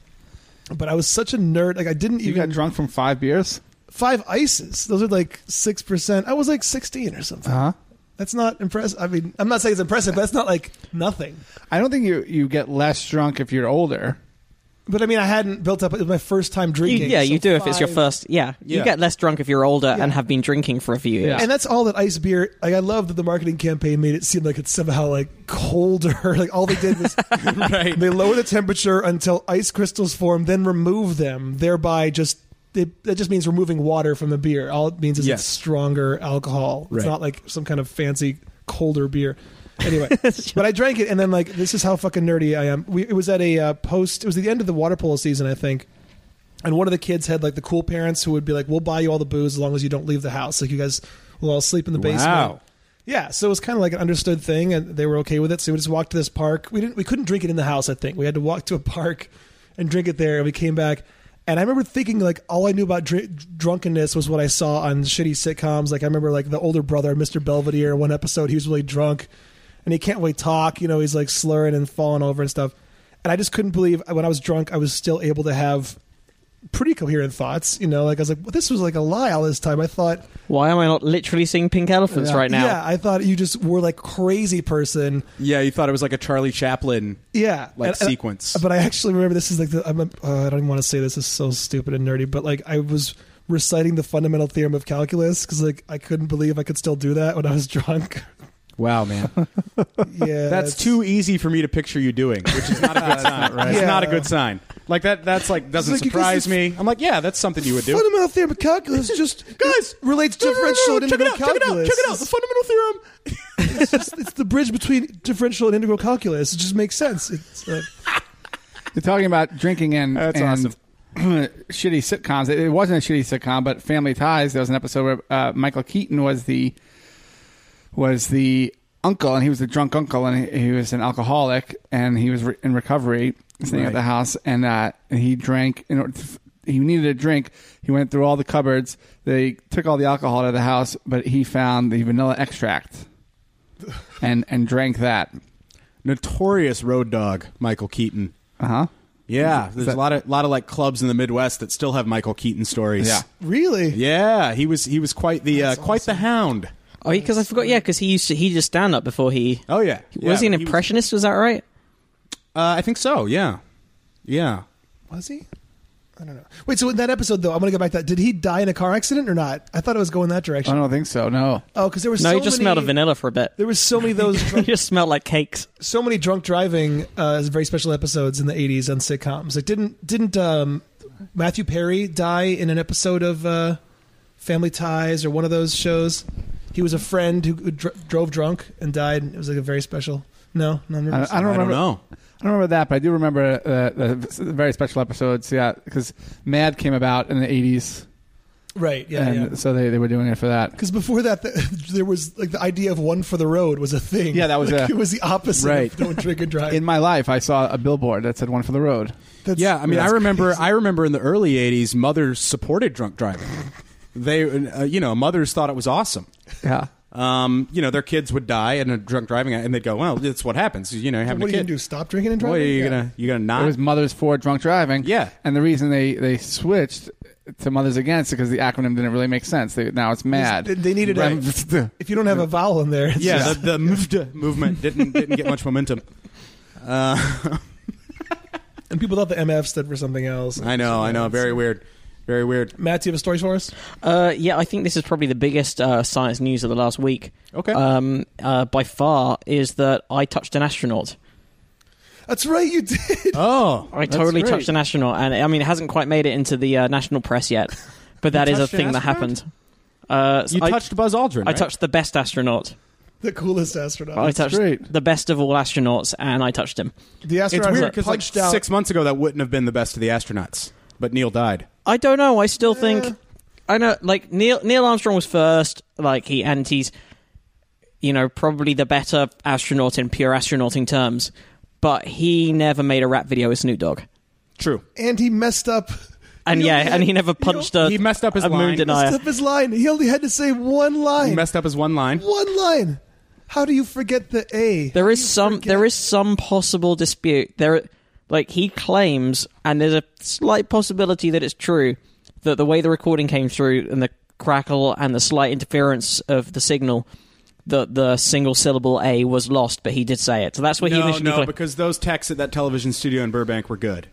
Speaker 2: but I was such a nerd. Like I didn't
Speaker 5: You
Speaker 2: even
Speaker 5: got drunk from five beers?
Speaker 2: five ices. Those are like six percent. I was like 16 or something.
Speaker 5: Uh-huh.
Speaker 2: That's not impressive. I mean, I'm not saying it's impressive, but that's not like nothing.
Speaker 5: I don't think you, you get less drunk if you're older.
Speaker 2: But I mean, I hadn't built up. It was my first time
Speaker 3: You-
Speaker 2: drinking.
Speaker 3: yeah,
Speaker 2: so
Speaker 3: you do if it's your
Speaker 2: five-
Speaker 3: first. Yeah,
Speaker 4: Yeah.
Speaker 3: you get less drunk if you're older
Speaker 2: Yeah.
Speaker 3: and have been drinking for a few years.
Speaker 5: Yeah.
Speaker 2: And that's all that ice beer. Like I love that the marketing campaign made it seem like it's somehow like colder. Like all they did was
Speaker 4: right.
Speaker 2: they lower the temperature until ice crystals form, then remove them, thereby just it, that just means removing water from the beer. All it means is
Speaker 4: Yes.
Speaker 2: it's stronger alcohol.
Speaker 4: Right.
Speaker 2: It's not like some kind of fancy colder beer. Anyway, but I drank it, and then like this is how fucking nerdy I am. We, it was at a uh, post. It was the end of the water polo season, I think. And one of the kids had like the cool parents who would be like, "We'll buy you all the booze as long as you don't leave the house. Like you guys will all sleep in the basement."
Speaker 4: Wow.
Speaker 2: Yeah, so it was kind of like an understood thing, and they were okay with it. So we just walked to this park. We didn't. We couldn't drink it in the house. I think we had to walk to a park and drink it there. And we came back, and I remember thinking like all I knew about dr- drunkenness was what I saw on shitty sitcoms. Like I remember like the older brother, Mr. Belvedere. One episode, he was really drunk, and he can't really talk. You know, he's like slurring and falling over and stuff. And I just couldn't believe when I was drunk, I was still able to have pretty coherent thoughts. You know, like I was like, well, this was like a lie all this time. I thought.
Speaker 3: Why am I not literally seeing pink elephants
Speaker 5: Yeah.
Speaker 3: right now?
Speaker 2: Yeah, I thought you just were like crazy person.
Speaker 4: Yeah, you thought it was like a Charlie Chaplin.
Speaker 2: Yeah,
Speaker 4: Like
Speaker 2: And- uh, and-
Speaker 4: sequence.
Speaker 2: But I actually remember this is like the I'm a, uh, I don't even want to say this is so stupid and nerdy, but like I was reciting the fundamental theorem of calculus because like I couldn't believe I could still do that when I was drunk.
Speaker 4: Wow, man,
Speaker 2: yeah,
Speaker 4: that's
Speaker 2: it's-
Speaker 4: too easy for me to picture you doing, which is not a good sign. It's
Speaker 2: Yeah.
Speaker 4: not a good sign. Like that. That's like doesn't
Speaker 2: like, you guys-
Speaker 4: surprise me. I'm like, yeah, that's something you would do.
Speaker 2: Fundamental theorem of calculus just
Speaker 4: Guys,
Speaker 2: it relates
Speaker 4: No, no, no, no,
Speaker 2: differential
Speaker 4: no,
Speaker 2: and
Speaker 4: check it
Speaker 2: integral
Speaker 4: out! Check it out!
Speaker 2: calculus.
Speaker 4: Check it out! The fundamental theorem.
Speaker 2: It's, just, it's the bridge between differential and integral calculus. It just makes sense. It's uh,
Speaker 5: You're talking about drinking and,
Speaker 4: That's
Speaker 5: and
Speaker 4: awesome.
Speaker 5: shitty sitcoms. It, it wasn't a shitty sitcom, but Family Ties. There was an episode where uh, Michael Keaton was the was the uncle, and he was the drunk uncle, and he, he was an alcoholic, and he was re- in recovery, sitting at
Speaker 4: Right.
Speaker 5: the house, and uh, and he drank. In order to, he needed a drink. He went through all the cupboards. They took all the alcohol out of the house, but he found the vanilla extract, and and drank that.
Speaker 4: Notorious road dog, Michael Keaton.
Speaker 5: Uh huh.
Speaker 4: Yeah, there's a lot of lot of like clubs in the Midwest that still have Michael Keaton stories.
Speaker 5: Yeah.
Speaker 2: really
Speaker 4: yeah, he was he was quite the uh, quite the hound.
Speaker 3: Oh, because I forgot. Yeah, because he used to he did stand up before he
Speaker 4: Oh yeah,
Speaker 3: was he an
Speaker 4: Yeah,
Speaker 3: impressionist. Was that right?
Speaker 4: uh, I think so. Yeah, yeah.
Speaker 2: Was he? I don't know. Wait, so in that episode though, I'm gonna go back to that. Did he die in a car accident or not? I thought it was going that
Speaker 5: I
Speaker 2: direction.
Speaker 5: don't think so. No.
Speaker 2: Oh, because there was
Speaker 3: No,
Speaker 2: so
Speaker 3: he just
Speaker 2: many,
Speaker 3: smelled of vanilla for a bit.
Speaker 2: There was so many of those,
Speaker 3: he
Speaker 2: drunk,
Speaker 3: just smelled like cakes.
Speaker 2: so many drunk driving, uh, very special episodes in the '80s on sitcoms. Like, didn't didn't um, Matthew Perry die in an episode of uh, Family Ties or one of those shows? He was a friend who, who dr- drove drunk and died. It was like a very special. No, no, I don't
Speaker 5: I, I
Speaker 2: remember.
Speaker 5: don't remember.
Speaker 4: I don't know.
Speaker 5: I don't remember that, but I do remember uh, the very special episodes. Yeah, because Mad came about in the '80s,
Speaker 2: right? Yeah,
Speaker 5: and
Speaker 2: yeah.
Speaker 5: so they, they were doing it for that.
Speaker 2: Because before that, the, there was like the idea of one for the road was a thing.
Speaker 5: Yeah, that was
Speaker 2: like,
Speaker 5: a-
Speaker 2: it was the opposite.
Speaker 4: Right.
Speaker 2: Of don't drink and drive.
Speaker 5: In my life, I saw a billboard that said "One for the Road."
Speaker 2: That's-
Speaker 4: Yeah, I mean, I
Speaker 2: that's
Speaker 4: remember.
Speaker 2: crazy.
Speaker 4: I remember in the early '80s, mothers supported drunk driving. They, uh, you know, mothers thought it was awesome.
Speaker 5: Yeah,
Speaker 4: Um, you know, their kids would die in a drunk driving, and they'd go, "Well, it's what happens." You know, having
Speaker 2: what are
Speaker 4: a
Speaker 2: you
Speaker 4: kid.
Speaker 2: gonna do? Stop drinking and driving?
Speaker 4: What are you
Speaker 2: Yeah.
Speaker 4: gonna? You gonna
Speaker 5: it
Speaker 4: not?
Speaker 5: was Mothers for Drunk Driving.
Speaker 4: Yeah.
Speaker 5: and the reason they, they switched to Mothers Against because the acronym didn't really make sense. They, now it's Mad.
Speaker 2: They, they needed a- if you don't have a vowel in there. it's
Speaker 4: yeah,
Speaker 2: just-
Speaker 4: the, the moved uh, movement didn't didn't get much momentum. Uh,
Speaker 2: and people thought the MF stood for something else.
Speaker 4: I know, I know, very weird. Very weird.
Speaker 2: Matt, do you have a story for us?
Speaker 3: Uh, yeah, I think this is probably the biggest uh, science news of the last week.
Speaker 4: Okay.
Speaker 3: Um, uh, by far is that I touched an astronaut.
Speaker 2: That's right, you did.
Speaker 4: Oh,
Speaker 3: I totally touched an astronaut, and I mean, it hasn't quite made it into the uh, national press yet, but that is a
Speaker 4: touched an
Speaker 3: thing that
Speaker 4: astronaut?
Speaker 3: happened. Uh, so
Speaker 4: You
Speaker 3: I,
Speaker 4: touched Buzz Aldrin.
Speaker 3: I
Speaker 4: right?
Speaker 3: touched the best astronaut.
Speaker 2: the coolest astronaut.
Speaker 3: I touched
Speaker 5: great.
Speaker 3: the best of all astronauts, and I touched him.
Speaker 2: the
Speaker 4: It's
Speaker 2: astronaut
Speaker 4: weird
Speaker 2: that
Speaker 4: because like
Speaker 2: punched out.
Speaker 4: six months ago, that wouldn't have been the best of the astronauts. But Neil died.
Speaker 3: I don't know. I still think I know. Like Neil Neil Armstrong was first. Like he and he's, you know, probably the better astronaut in pure astronauting terms. But he never made a rap video with Snoop Dogg.
Speaker 4: True.
Speaker 2: and he messed up.
Speaker 3: And
Speaker 2: He
Speaker 3: yeah,
Speaker 2: only
Speaker 3: and
Speaker 2: had-
Speaker 3: he never punched a
Speaker 4: He messed up his
Speaker 3: a moon
Speaker 4: line.
Speaker 2: He messed
Speaker 3: denier.
Speaker 2: up his line. He only had to say one line.
Speaker 4: He messed up his one line.
Speaker 2: one line. How do you forget the A?
Speaker 3: There is some there is some possible dispute. There like he claims and there's a slight possibility that it's true that the way the recording came through and the crackle and the slight interference of the signal that the single syllable A was lost, but he did say it. So that's what he
Speaker 4: No,
Speaker 3: initially
Speaker 4: no,
Speaker 3: claimed.
Speaker 4: because those techs at that television studio in Burbank were good.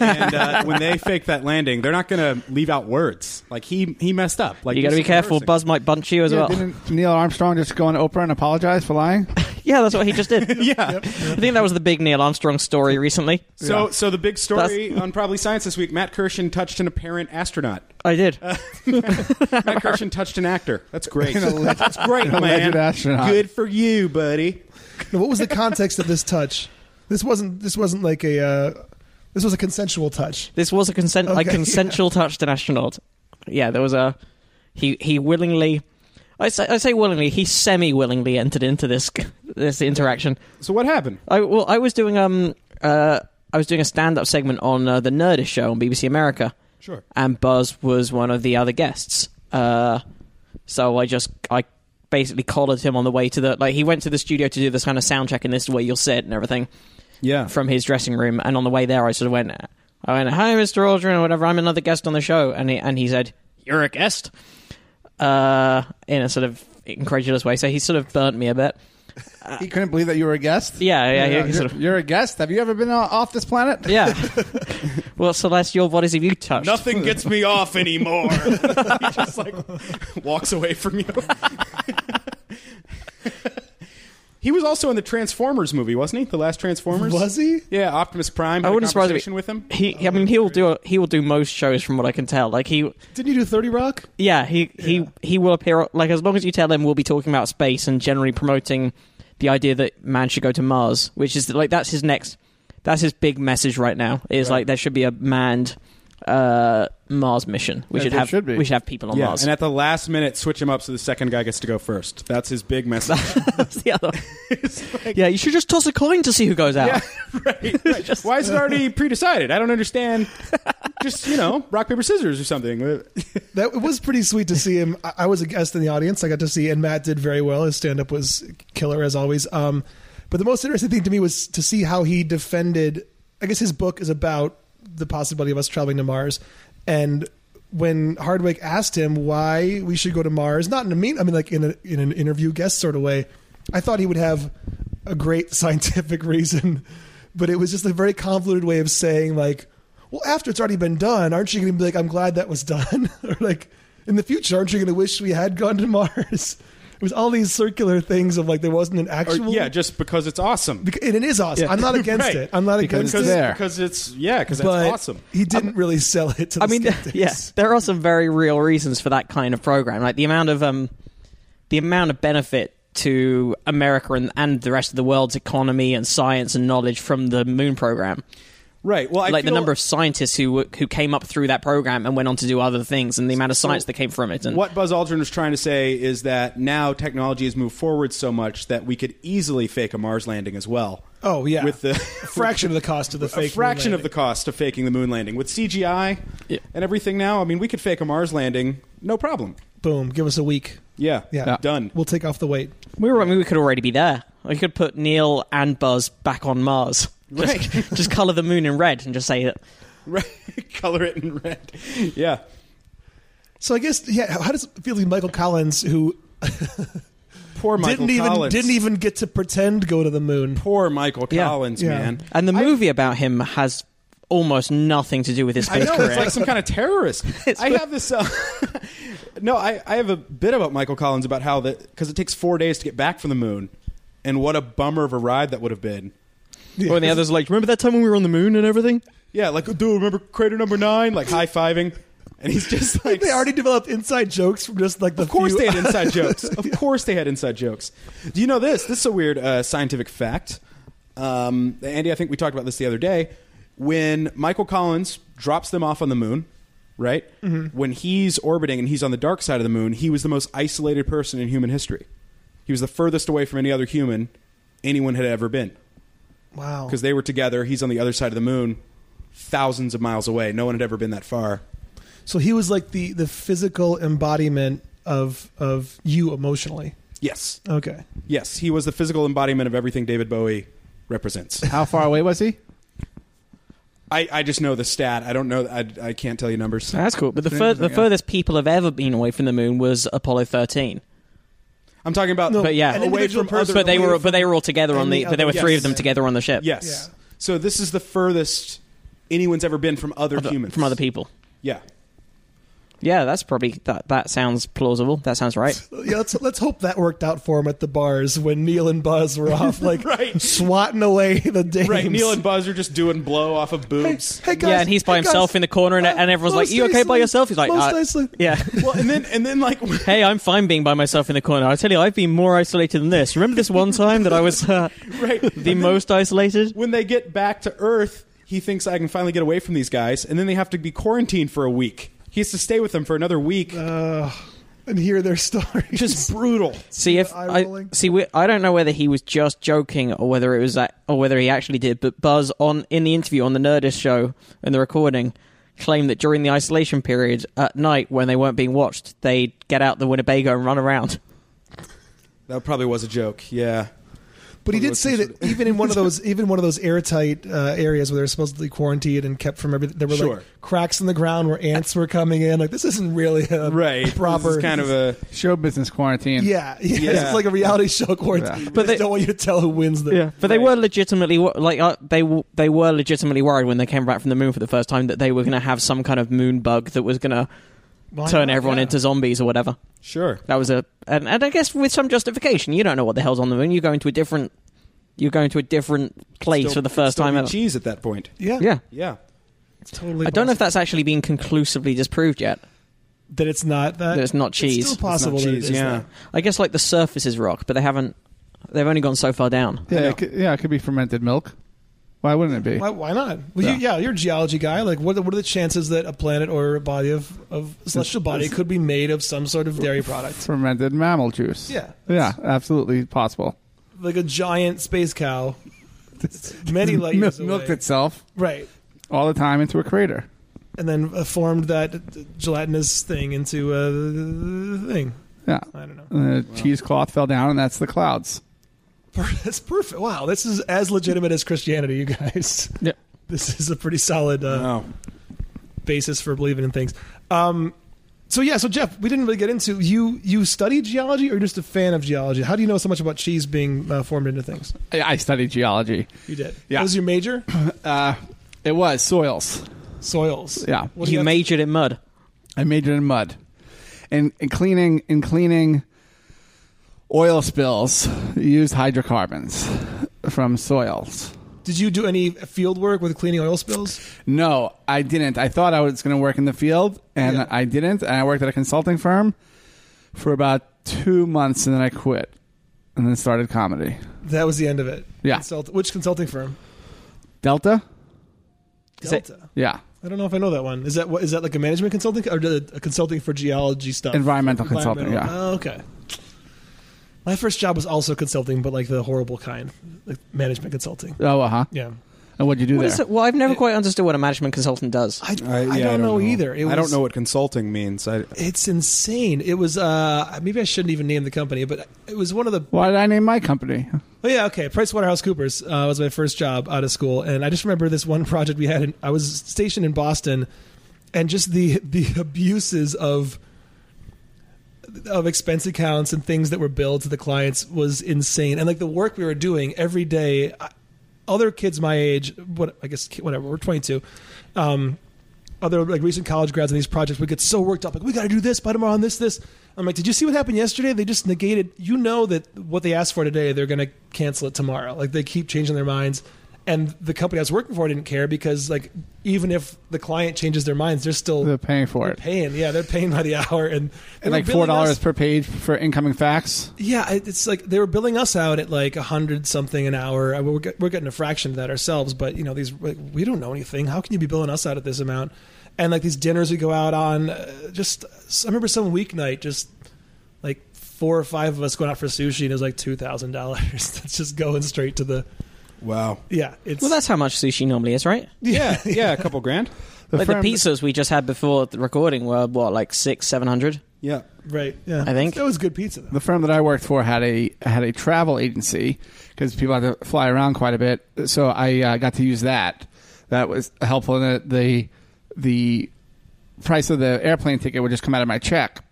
Speaker 4: and uh, when they fake that landing, they're not going to leave out words. Like he he messed up. Like
Speaker 3: you got to be
Speaker 4: he's
Speaker 3: careful.
Speaker 4: cursing.
Speaker 3: Buzz might bunch you as
Speaker 5: Yeah,
Speaker 3: well.
Speaker 5: didn't Neil Armstrong just go on Oprah and apologize for lying?
Speaker 3: Yeah, that's what he just did.
Speaker 4: Yeah.
Speaker 3: I think that was the big Neil Armstrong story recently.
Speaker 4: So so the big story on Probably Science this week: Matt Kirshen touched an apparent astronaut.
Speaker 3: I did.
Speaker 4: Matt Kirshen touched an actor. That's great. That's great,
Speaker 5: alleged
Speaker 4: man.
Speaker 5: astronaut.
Speaker 4: Good for you, buddy.
Speaker 2: Now, what was the context of this touch? This wasn't. This wasn't like a. Uh, this was a consensual touch.
Speaker 3: This was a consent a
Speaker 2: Okay,
Speaker 3: consensual touch to an astronaut. Yeah, there was a he he willingly I say I say willingly, he semi willingly entered into this this interaction.
Speaker 4: So what happened?
Speaker 3: I well I was doing um uh I was doing a stand up segment on uh, the Nerdist show on BBC America.
Speaker 4: Sure.
Speaker 3: And Buzz was one of the other guests. Uh so I just I basically collared him on the way to the like he went to the studio to do this kind of sound check and this is where you'll sit and everything
Speaker 4: Yeah.
Speaker 3: from his dressing room, and on the way there, I sort of went, I went, "Hi, Mr. Aldrin, or whatever. I'm another guest on the show," and he and he said, "You're a guest," uh, in a sort of incredulous way. So he sort of burnt me a bit.
Speaker 5: He couldn't believe that you were a guest.
Speaker 3: Yeah, yeah, yeah.
Speaker 5: you're,
Speaker 3: he sort of,
Speaker 5: you're a guest. Have you ever been o- off this planet?
Speaker 3: yeah. well, celestial bodies have you touched?
Speaker 4: Nothing gets me off anymore. he just like walks away from you. he was also in the Transformers movie, wasn't he? The last Transformers.
Speaker 2: Was he?
Speaker 4: Yeah, Optimus Prime. Had
Speaker 3: I wouldn't
Speaker 4: a
Speaker 3: surprise
Speaker 4: conversation
Speaker 3: me
Speaker 4: with him.
Speaker 3: He, I mean, he will do he will do most shows from what I can tell. Like he,
Speaker 2: Didn't you do Thirty Rock?
Speaker 3: yeah, he he he will appear. Like as long as you tell him, we'll be talking about space and generally promoting the idea that man should go to Mars, which is like that's his next, that's his big message right now. Is like there should be a manned uh, Mars mission. We
Speaker 5: As
Speaker 3: should
Speaker 5: there
Speaker 3: have
Speaker 5: should be.
Speaker 3: we should have people on
Speaker 4: Yeah,
Speaker 3: Mars.
Speaker 4: and at the last minute, switch him up so the second guy gets to go first. That's his big message.
Speaker 3: that's the other. yeah, you should just toss a coin to see who goes out.
Speaker 4: Yeah, right. right. Why is it already pre-decided? I don't understand. Just you know, rock paper scissors or something.
Speaker 2: That it was pretty sweet to see him. I, I was a guest in the audience. I got to see, and Matt did very well. His stand up was killer as always. Um, but the most interesting thing to me was to see how he defended. I guess his book is about the possibility of us traveling to Mars, and when Hardwick asked him why we should go to Mars, not in a mean, I mean like in a, in an interview guest sort of way, I thought he would have a great scientific reason, but it was just a very convoluted way of saying like well, after it's already been done, aren't you going to be like, I'm glad that was done? or like, in the future, aren't you going to wish we had gone to Mars? It was all these circular things of like there wasn't an
Speaker 4: Or,
Speaker 2: actual.
Speaker 4: yeah, just because it's awesome.
Speaker 2: Bec- and it is awesome. I'm not against
Speaker 4: Right.
Speaker 2: it. I'm not
Speaker 5: Because
Speaker 2: against
Speaker 5: it's
Speaker 2: it.
Speaker 5: there.
Speaker 4: Because it's yeah, because that's
Speaker 2: But
Speaker 4: awesome.
Speaker 2: he didn't really sell it to the
Speaker 3: I mean,
Speaker 2: skeptics.
Speaker 3: yeah, there are some very real reasons for that kind of program. Like the amount of um, the amount of benefit to America and, and the rest of the world's economy and science and knowledge from the moon program.
Speaker 4: Right. Well, I
Speaker 3: like the
Speaker 4: feel-
Speaker 3: number of scientists who were- who came up through that program and went on to do other things, and the amount of science that came from it. And
Speaker 4: What Buzz Aldrin was trying to say is that now technology has moved forward so much that we could easily fake a Mars landing as well.
Speaker 2: Oh, yeah.
Speaker 4: with the
Speaker 2: A fraction of the cost of the
Speaker 4: a
Speaker 2: fake. moon
Speaker 4: fraction of the
Speaker 2: landing.
Speaker 4: cost of faking the moon landing with CGI
Speaker 3: Yeah.
Speaker 4: and everything. Now, I mean, we could fake a Mars landing, no problem.
Speaker 2: Boom. Give us a week.
Speaker 4: Yeah,
Speaker 2: Yeah.
Speaker 4: done.
Speaker 2: We'll take off the weight.
Speaker 3: we were, I mean, we could already be there. We could put Neil and Buzz back on Mars. Just,
Speaker 4: Right.
Speaker 3: just color the moon in red and just say that.
Speaker 4: Right. Color it in red. Yeah.
Speaker 2: So I guess, yeah, how does it feel to be Michael Collins, who
Speaker 4: Poor Michael
Speaker 2: didn't even
Speaker 4: Collins.
Speaker 2: didn't even get to pretend go to the moon?
Speaker 4: Poor Michael
Speaker 3: Yeah.
Speaker 4: Collins,
Speaker 2: Yeah.
Speaker 4: man.
Speaker 3: And the movie about him has almost nothing to do with his
Speaker 4: I
Speaker 3: space
Speaker 4: know
Speaker 3: career.
Speaker 4: it's like some kind of terrorist. I have this. Uh, no, I, I have a bit about Michael Collins about how that because it takes four days to get back from the moon, and what a bummer of a ride that would have been.
Speaker 3: Or Oh, the others are like, remember that time when we were on the moon and everything?
Speaker 4: Yeah, like dude, remember crater number nine? Like high fiving, and he's just like
Speaker 2: They already developed inside jokes from just like the
Speaker 4: Of course
Speaker 2: few-
Speaker 4: they had inside jokes. Of course they had inside jokes. Do you know this? This is a weird uh, scientific fact. Um, Andy, I think we talked about this the other day. When Michael Collins drops them off on the moon, right? When he's orbiting and he's on the dark side of the moon, he was the most isolated person in human history. He was the furthest away from any other human anyone had ever been
Speaker 2: wow.
Speaker 4: because they were together. He's on the other side of the moon, thousands of miles away. No one had ever been that far.
Speaker 2: So he was like the the physical embodiment of of you emotionally.
Speaker 4: Yes.
Speaker 2: Okay.
Speaker 4: Yes. He was the physical embodiment of everything David Bowie represents.
Speaker 5: How far away was he?
Speaker 4: I, I just know the stat. I don't know. I, I can't tell you numbers.
Speaker 3: That's cool. But the, fur- the
Speaker 5: yeah.
Speaker 3: furthest people have ever been away from the moon was Apollo 13.
Speaker 4: I'm talking about.
Speaker 2: No,
Speaker 3: But yeah,
Speaker 2: an
Speaker 3: away
Speaker 2: individual
Speaker 4: from Earth,
Speaker 2: person
Speaker 3: But they
Speaker 2: away
Speaker 3: were
Speaker 2: from-
Speaker 3: but they were all together on
Speaker 2: and
Speaker 3: the
Speaker 2: the
Speaker 3: but there were
Speaker 2: other-
Speaker 3: three of
Speaker 2: yes.
Speaker 3: them together on the ship.
Speaker 4: Yes.
Speaker 2: Yeah.
Speaker 4: So this is the furthest anyone's ever been from other humans.
Speaker 3: From other people.
Speaker 4: Yeah.
Speaker 3: Yeah, that's probably that that sounds plausible. That sounds right.
Speaker 2: Yeah, let's let's hope that worked out for him at the bars when Neil and Buzz were off, like
Speaker 4: Right.
Speaker 2: swatting away the dames.
Speaker 4: Right. Neil and Buzz are just doing blow off of boobs.
Speaker 2: Hey guys,
Speaker 3: yeah, and he's by
Speaker 2: hey, guys,
Speaker 3: himself in the corner and,
Speaker 2: uh,
Speaker 3: and everyone's like,
Speaker 2: most
Speaker 3: You okay by
Speaker 2: nicely,
Speaker 3: yourself? He's like,
Speaker 2: most
Speaker 3: "Uh,
Speaker 2: nicely."
Speaker 3: Yeah.
Speaker 4: Well, and then and then like when
Speaker 3: Hey, I'm fine being by myself in the corner. I tell you, I've been more isolated than this. Remember this one time that I was uh,
Speaker 4: Right. And
Speaker 3: the
Speaker 4: then-
Speaker 3: most isolated?
Speaker 4: they get back to Earth, he thinks I can finally get away from these guys, and then they have to be quarantined for a week. He has to stay with them for another week.
Speaker 2: and hear their stories.
Speaker 4: just brutal.
Speaker 3: See if
Speaker 2: eye
Speaker 3: I
Speaker 2: rolling.
Speaker 3: see. We, I don't know whether he was just joking or whether it was that, or whether he actually did. But Buzz on in the interview on the Nerdist show in the recording claimed that during the isolation period at night when they weren't being watched, they'd get out the Winnebago and run around.
Speaker 4: That probably was a joke. Yeah.
Speaker 2: But he
Speaker 4: Wonder
Speaker 2: did
Speaker 4: what
Speaker 2: say
Speaker 4: this
Speaker 2: that even in one of those, even one of those airtight uh, areas where they're supposedly quarantined and kept from everything, there were
Speaker 4: Sure.
Speaker 2: like cracks in the ground where ants were coming in. Like this isn't really a
Speaker 4: Right.
Speaker 2: proper
Speaker 4: This is kind of a
Speaker 5: Show business quarantine.
Speaker 2: yeah, yeah.
Speaker 4: Yeah.
Speaker 2: It's like a reality show quarantine.
Speaker 5: Yeah.
Speaker 2: But
Speaker 3: But
Speaker 2: they
Speaker 3: they-
Speaker 2: don't want you to tell who wins. The,
Speaker 3: but they
Speaker 4: Right.
Speaker 3: were legitimately wo- like uh, they w- they were legitimately worried when they came back from the moon for the first time that they were going to have some kind of moon bug that was going to
Speaker 2: Why
Speaker 3: turn
Speaker 2: not?
Speaker 3: everyone
Speaker 2: Yeah.
Speaker 3: into zombies or whatever.
Speaker 4: sure.
Speaker 3: That was a and, and I guess with some justification. You don't know what the hell's on the moon. You're going to a different you're going to a different place
Speaker 4: Still-
Speaker 3: for the first
Speaker 4: still
Speaker 3: time
Speaker 4: be
Speaker 3: ever.
Speaker 4: Cheese at that point.
Speaker 2: Yeah,
Speaker 3: Yeah.
Speaker 4: Yeah.
Speaker 2: It's totally.
Speaker 3: I don't know if
Speaker 2: possible.
Speaker 3: that's actually been conclusively disproved yet.
Speaker 2: that it's not that.
Speaker 3: That it's not cheese.
Speaker 2: It's still
Speaker 3: It's not
Speaker 2: possible. that it
Speaker 4: cheese,
Speaker 2: is
Speaker 4: yeah.
Speaker 2: that.
Speaker 3: I guess like the surface is rock, but they haven't they've only gone so far down.
Speaker 5: Yeah,
Speaker 4: I know.
Speaker 5: it could, yeah, it could be fermented milk. Why wouldn't it be?
Speaker 2: Why, why not? Well, You, yeah, you're a geology guy. Like, what, what are the chances that a planet or a body of, of celestial body could be made of some sort of dairy product?
Speaker 5: Fermented mammal juice.
Speaker 2: Yeah.
Speaker 5: Yeah, absolutely possible.
Speaker 2: Like a giant space cow, many light years
Speaker 5: Mil- milked
Speaker 2: away.
Speaker 5: itself
Speaker 2: right,
Speaker 5: all the time into a crater.
Speaker 2: and then uh, formed that gelatinous thing into a thing.
Speaker 5: Yeah.
Speaker 2: I don't know.
Speaker 5: And the cheesecloth fell down, and that's the clouds.
Speaker 2: That's perfect. Wow, this is as legitimate as Christianity, you guys.
Speaker 3: Yeah.
Speaker 2: This is a pretty solid. Uh,
Speaker 4: Oh.
Speaker 2: basis for believing in things. Um, so yeah, so Jeff, we didn't really get into you. You studied geology, or you're just a fan of geology? How do you know so much about cheese being uh, formed into things?
Speaker 5: I I studied geology.
Speaker 2: You did.
Speaker 5: Yeah.
Speaker 2: That was your major?
Speaker 5: Uh, it was soils.
Speaker 2: Soils.
Speaker 5: Yeah.
Speaker 2: What do
Speaker 3: you
Speaker 2: have-
Speaker 3: majored in mud.
Speaker 5: I majored in mud, and in cleaning in cleaning oil spills you used hydrocarbons from soils.
Speaker 2: Did you do any field work with cleaning oil spills?
Speaker 5: No, I didn't. I thought I was going to work in the field, and
Speaker 2: Yeah.
Speaker 5: I didn't. And I worked at a consulting firm for about two months, and then I quit, and then started comedy.
Speaker 2: That was the end of it.
Speaker 5: Yeah.
Speaker 2: Consult- which consulting firm?
Speaker 5: Delta,
Speaker 3: Is it-
Speaker 2: Delta.
Speaker 5: yeah,
Speaker 2: I don't know if I know that one. Is that what? Is that like a management consulting or a a consulting for geology stuff?
Speaker 5: environmental consulting.
Speaker 2: Environmental.
Speaker 5: Yeah,
Speaker 2: Oh, okay. My first job was also consulting, but like the horrible kind, like management consulting.
Speaker 5: oh, uh huh.
Speaker 2: Yeah.
Speaker 5: And what'd you do
Speaker 3: What
Speaker 5: there?
Speaker 3: is it? Well, I've never quite understood what a management consultant does.
Speaker 2: I,
Speaker 4: I,
Speaker 2: I
Speaker 4: yeah,
Speaker 2: don't, know, either. It
Speaker 4: I don't
Speaker 2: was-
Speaker 4: know what consulting means. I,
Speaker 2: It's insane. It was uh maybe I shouldn't even name the company, but it was one of the
Speaker 5: Why did I name my company?
Speaker 2: oh yeah okay PricewaterhouseCoopers uh, was my first job out of school, and I just remember this one project we had. In, I was stationed in Boston, and just the the abuses of of expense accounts and things that were billed to the clients was insane, and like the work we were doing every day. I, other kids my age, what I guess whatever, we're 22. Um, other like recent college grads on these projects would get so worked up, like we got to do this by tomorrow on this this. I'm like, did you see what happened yesterday? They just negated. You know that what they asked for today, they're going to cancel it tomorrow. Like they keep changing their minds, and the company I was working for didn't care because like even if the client changes their minds, they're still
Speaker 5: They're paying for
Speaker 2: they're
Speaker 5: it.
Speaker 2: paying. Yeah, they're paying by the hour, and, they
Speaker 5: And like
Speaker 2: were billing
Speaker 5: four dollars
Speaker 2: us-
Speaker 5: per page for incoming fax.
Speaker 2: yeah, it- it's like they were billing us out at like a hundred something an hour. I- We're, get- we're getting a fraction of that ourselves, but you know these like, we don't know anything. How can you be billing us out at this amount? And like these dinners we go out on, uh, just I remember some weeknight, just like four or five of us going out for sushi, and it was like two thousand dollars. That's just going straight to the
Speaker 4: Wow.
Speaker 2: yeah. It's
Speaker 3: Well, that's how much sushi normally is, right?
Speaker 4: Yeah, yeah, a couple grand.
Speaker 5: The
Speaker 3: like the
Speaker 5: firm-
Speaker 3: pizzas we just had before the recording were what, like six, seven hundred?
Speaker 4: Yeah.
Speaker 2: right. Yeah,
Speaker 3: I think-
Speaker 2: that was good pizza. Though.
Speaker 5: the firm that I worked for had a had a travel agency because people had to fly around quite a bit. So I uh, got to use that. That was helpful. And the, the the price of the airplane ticket would just come out of my check.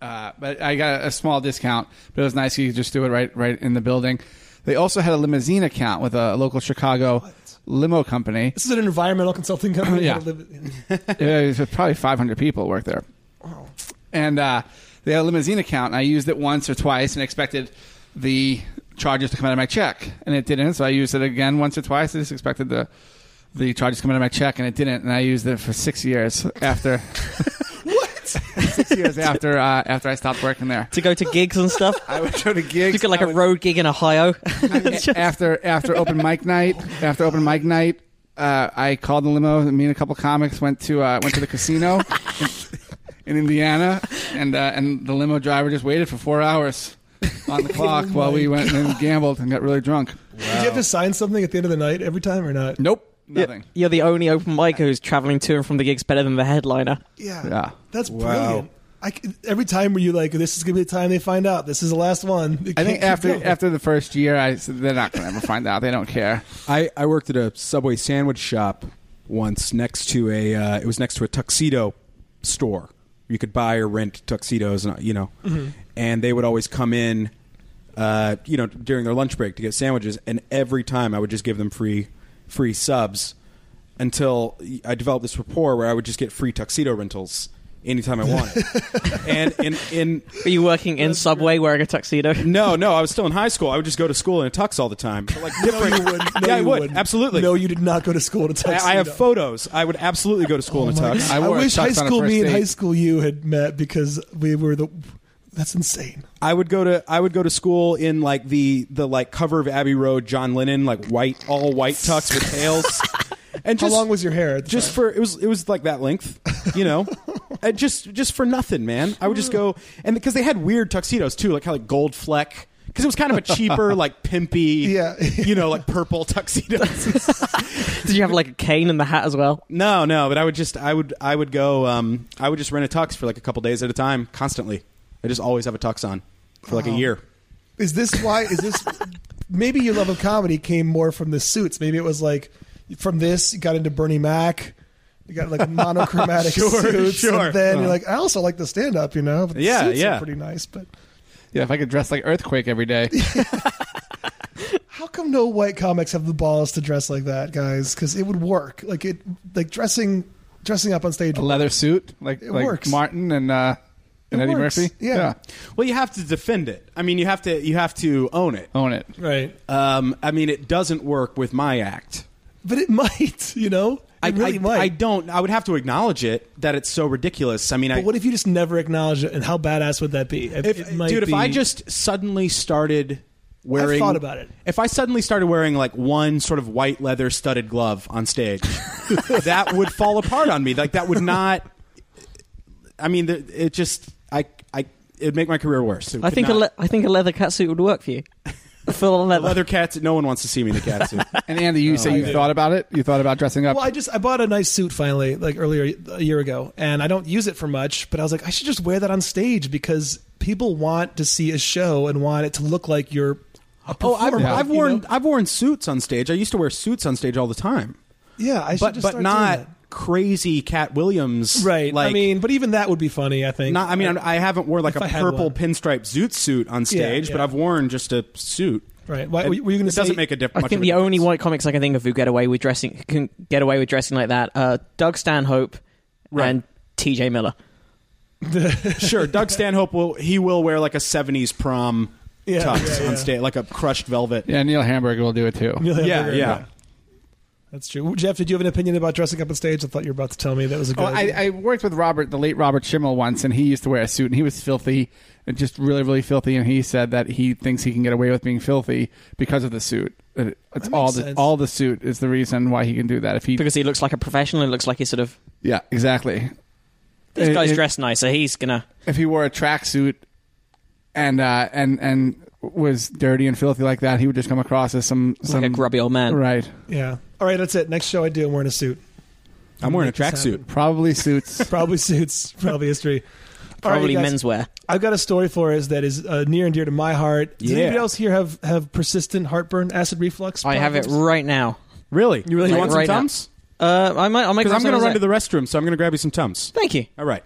Speaker 5: Uh, but I got a small discount. But it was nice you could just do it right right in the building. They also had a limousine account with a local Chicago limo company.
Speaker 2: This is an environmental consulting company.
Speaker 5: Yeah.
Speaker 2: yeah.
Speaker 5: Yeah, it was Uh, probably 500 people work there. And uh, they had a limousine account, and I used it once or twice and expected the charges to come out of my check, and it didn't. So I used it again once or twice. I just expected the the charges to come out of my check, and it didn't. And I used it for six years after. what? Six years after uh, after I stopped working there.
Speaker 3: To go to gigs and stuff?
Speaker 4: I would go to gigs.
Speaker 3: You get like
Speaker 4: I
Speaker 3: a
Speaker 4: would-
Speaker 3: road gig in Ohio. It's just-
Speaker 5: after after open mic night, after open mic night, uh, I called the limo. Me and a couple comics went to uh, went to the casino in, in Indiana, and uh, and the limo driver just waited for four hours on the clock while we went and gambled and got really drunk.
Speaker 2: Did you have to sign something at the end of the night every time or not?
Speaker 5: Nope, nothing.
Speaker 3: You're the only open mic who's traveling to and from the gigs better than the headliner.
Speaker 2: Yeah.
Speaker 5: Yeah.
Speaker 2: That's
Speaker 4: Wow.
Speaker 2: brilliant. I c every time were you like, this is going to be the time they find out. This is the last one. It
Speaker 5: I
Speaker 2: can't
Speaker 5: think
Speaker 2: keep
Speaker 5: after
Speaker 2: going.
Speaker 5: after the first year, I said they're not going to ever find out. They don't care.
Speaker 4: I, I worked at a Subway sandwich shop once next to a uh, it was next to a tuxedo store. You could buy or rent tuxedos, and uh, you know,
Speaker 2: Mm-hmm.
Speaker 4: and they would always come in, uh, you know, during their lunch break to get sandwiches. And every time I would just give them free free subs until I developed this rapport where I would just get free tuxedo rentals anytime I wanted. and in in
Speaker 3: Are you working in Subway wearing a tuxedo?
Speaker 4: no, no, I was still in high school. I would just go to school in a tux all the time. But, like
Speaker 2: No,
Speaker 4: different.
Speaker 2: you wouldn't. No,
Speaker 4: yeah, I
Speaker 2: you
Speaker 4: would
Speaker 2: wouldn't.
Speaker 4: absolutely.
Speaker 2: No, you did not go to school to
Speaker 4: I-
Speaker 2: tuxedo.
Speaker 4: I have photos. I would absolutely go to school in a
Speaker 2: Oh My
Speaker 4: tux.
Speaker 2: God.
Speaker 5: I
Speaker 2: I,
Speaker 5: wore a
Speaker 2: wish
Speaker 5: tux
Speaker 2: high
Speaker 5: on a
Speaker 2: school
Speaker 5: first
Speaker 2: me and
Speaker 5: date.
Speaker 2: high school you had met because we were the. That's insane.
Speaker 4: I would go to I would go to school in like the the like cover of Abbey Road, John Lennon, like white all white tux with tails. And
Speaker 2: How
Speaker 4: just
Speaker 2: long was your hair? at the
Speaker 4: just
Speaker 2: time?
Speaker 4: for it was it was like that length, you know. And just just for nothing, man. I would just go and because they had weird tuxedos too, like how like gold fleck. Because it was kind of a cheaper, like pimpy,
Speaker 2: Yeah.
Speaker 4: you know, like purple tuxedo.
Speaker 3: Did you have like a cane in the hat as well?
Speaker 4: no, no, but I would just, I would, I would go, um, I would just rent a tux for like a couple days at a time, constantly. I just always have a tux on for like a year.
Speaker 2: Is this why? Is this maybe your love of comedy came more from the suits? Maybe it was like from this you got into Bernie Mac. You got like monochromatic
Speaker 4: Sure,
Speaker 2: suits,
Speaker 4: sure.
Speaker 2: and then you're like, I also like the stand up, you know. But the
Speaker 4: Yeah,
Speaker 2: suits are
Speaker 4: yeah.
Speaker 2: pretty nice. But
Speaker 5: Yeah, if I could dress like Earthquake every day,
Speaker 2: How come no white comics have the balls to dress like that, guys? Because it would work. Like it, like dressing, dressing up on stage.
Speaker 5: a leather suit like
Speaker 2: It
Speaker 5: like
Speaker 2: works.
Speaker 5: Martin and uh, and
Speaker 2: It
Speaker 5: Eddie
Speaker 2: works.
Speaker 5: Murphy.
Speaker 2: Yeah.
Speaker 4: Well, you have to defend it. I mean, you have to, you have to own it.
Speaker 2: Oh.
Speaker 5: own it.
Speaker 2: right?
Speaker 4: Um, I mean, it doesn't work with my act.
Speaker 2: But it might, you know, it
Speaker 4: I
Speaker 2: really
Speaker 4: I,
Speaker 2: might.
Speaker 4: I don't. I would have to acknowledge it that it's so ridiculous. I mean, I
Speaker 2: but what if you just never acknowledge it? And how badass would that be? It-
Speaker 4: if,
Speaker 2: it might
Speaker 4: dude, if I
Speaker 2: be-
Speaker 4: just suddenly started wearing,
Speaker 2: thought about it.
Speaker 4: If I suddenly started wearing like one sort of white leather studded glove on stage, that would fall apart on me. Like that would not. I mean, th- it just I I it'd make my career worse. It
Speaker 3: I
Speaker 4: could
Speaker 3: think a
Speaker 4: not.
Speaker 3: le- I think a leather catsuit would work for you. A full leather.
Speaker 4: leather cats. No one wants to see me in a cat suit.
Speaker 5: And Andy, you say you
Speaker 2: did.
Speaker 5: thought about it. You thought about dressing up.
Speaker 2: Well, I just I bought a nice suit finally, like earlier a year ago, and I don't use it for much. But I was like, I should just wear that on stage because people want to see a show and want it to look like you're. A
Speaker 4: Oh,
Speaker 2: performer,
Speaker 4: I've, I've
Speaker 2: you
Speaker 4: worn
Speaker 2: know?
Speaker 4: I've worn suits on stage. I used to wear suits on stage all the time,
Speaker 2: yeah. I should
Speaker 4: but
Speaker 2: just
Speaker 4: but
Speaker 2: start doing
Speaker 4: not
Speaker 2: that.
Speaker 4: crazy Cat Williams.
Speaker 2: Right.
Speaker 4: Like,
Speaker 2: I mean, but even that would be funny. I think.
Speaker 4: not, I mean, I'm- I haven't worn like
Speaker 2: If
Speaker 4: a
Speaker 2: I had
Speaker 4: purple
Speaker 2: one.
Speaker 4: pinstripe zoot suit on stage, but
Speaker 2: yeah.
Speaker 4: I've worn just a suit.
Speaker 2: right. Why,
Speaker 4: It-
Speaker 2: were you going to
Speaker 4: it
Speaker 2: say?
Speaker 4: doesn't make a difference.
Speaker 3: I think the only white comics I can think of who get away with dressing can get away with dressing like that uh, Doug Stanhope
Speaker 4: Right.
Speaker 3: and T.J. Miller.
Speaker 4: sure, Doug Stanhope will he will wear like a '70s prom
Speaker 2: Yeah,
Speaker 4: tux
Speaker 2: yeah, yeah.
Speaker 4: on stage, like a crushed velvet.
Speaker 5: Yeah, Neil Hamburger will do it too.
Speaker 2: You'll have
Speaker 4: yeah,
Speaker 2: to-
Speaker 4: yeah.
Speaker 2: That's true. Jeff, did you have an opinion about dressing up on stage? I thought you were about to tell me that was a good.
Speaker 5: Oh, I,
Speaker 2: idea.
Speaker 5: I worked with Robert, the late Robert Schimmel, once, and he used to wear a suit, and he was filthy, and just really, really filthy. And he said that he thinks he can get away with being filthy because of the suit. That it- It's
Speaker 2: That
Speaker 5: all
Speaker 2: makes
Speaker 5: the
Speaker 2: sense.
Speaker 5: all the suit is the reason why he can do that. If he,
Speaker 3: Because he looks like a professional, it looks like he's sort of
Speaker 5: yeah, exactly.
Speaker 3: this
Speaker 4: Uh,
Speaker 5: It-
Speaker 3: guy's
Speaker 5: it-
Speaker 3: dressed nicer. He's gonna
Speaker 5: If he wore a tracksuit and uh, and and was dirty and filthy like that, he would just come across as some some
Speaker 3: like a grubby old man.
Speaker 5: right.
Speaker 2: yeah. All right, that's it. Next show I do, I'm wearing a suit.
Speaker 4: I'm wearing a
Speaker 2: Make this
Speaker 4: tracksuit.
Speaker 2: happen.
Speaker 5: Probably suits.
Speaker 2: Probably suits. Probably history. All right,
Speaker 3: Probably
Speaker 2: you guys.
Speaker 3: menswear.
Speaker 2: I've got a story for us that is uh, near and dear to my heart. Does
Speaker 4: Yeah.
Speaker 2: anybody else here have, have persistent heartburn, acid reflux?
Speaker 3: I have it
Speaker 2: problems?
Speaker 3: right now.
Speaker 4: Really? You
Speaker 3: really
Speaker 4: you
Speaker 3: like
Speaker 4: want
Speaker 3: right
Speaker 4: some
Speaker 3: now.
Speaker 4: tums?
Speaker 3: Uh, I might. I might.
Speaker 4: Because
Speaker 3: grab some
Speaker 4: I'm going to run to
Speaker 3: of that.
Speaker 4: the restroom, so I'm going to grab you some tums.
Speaker 3: Thank you.
Speaker 4: All right.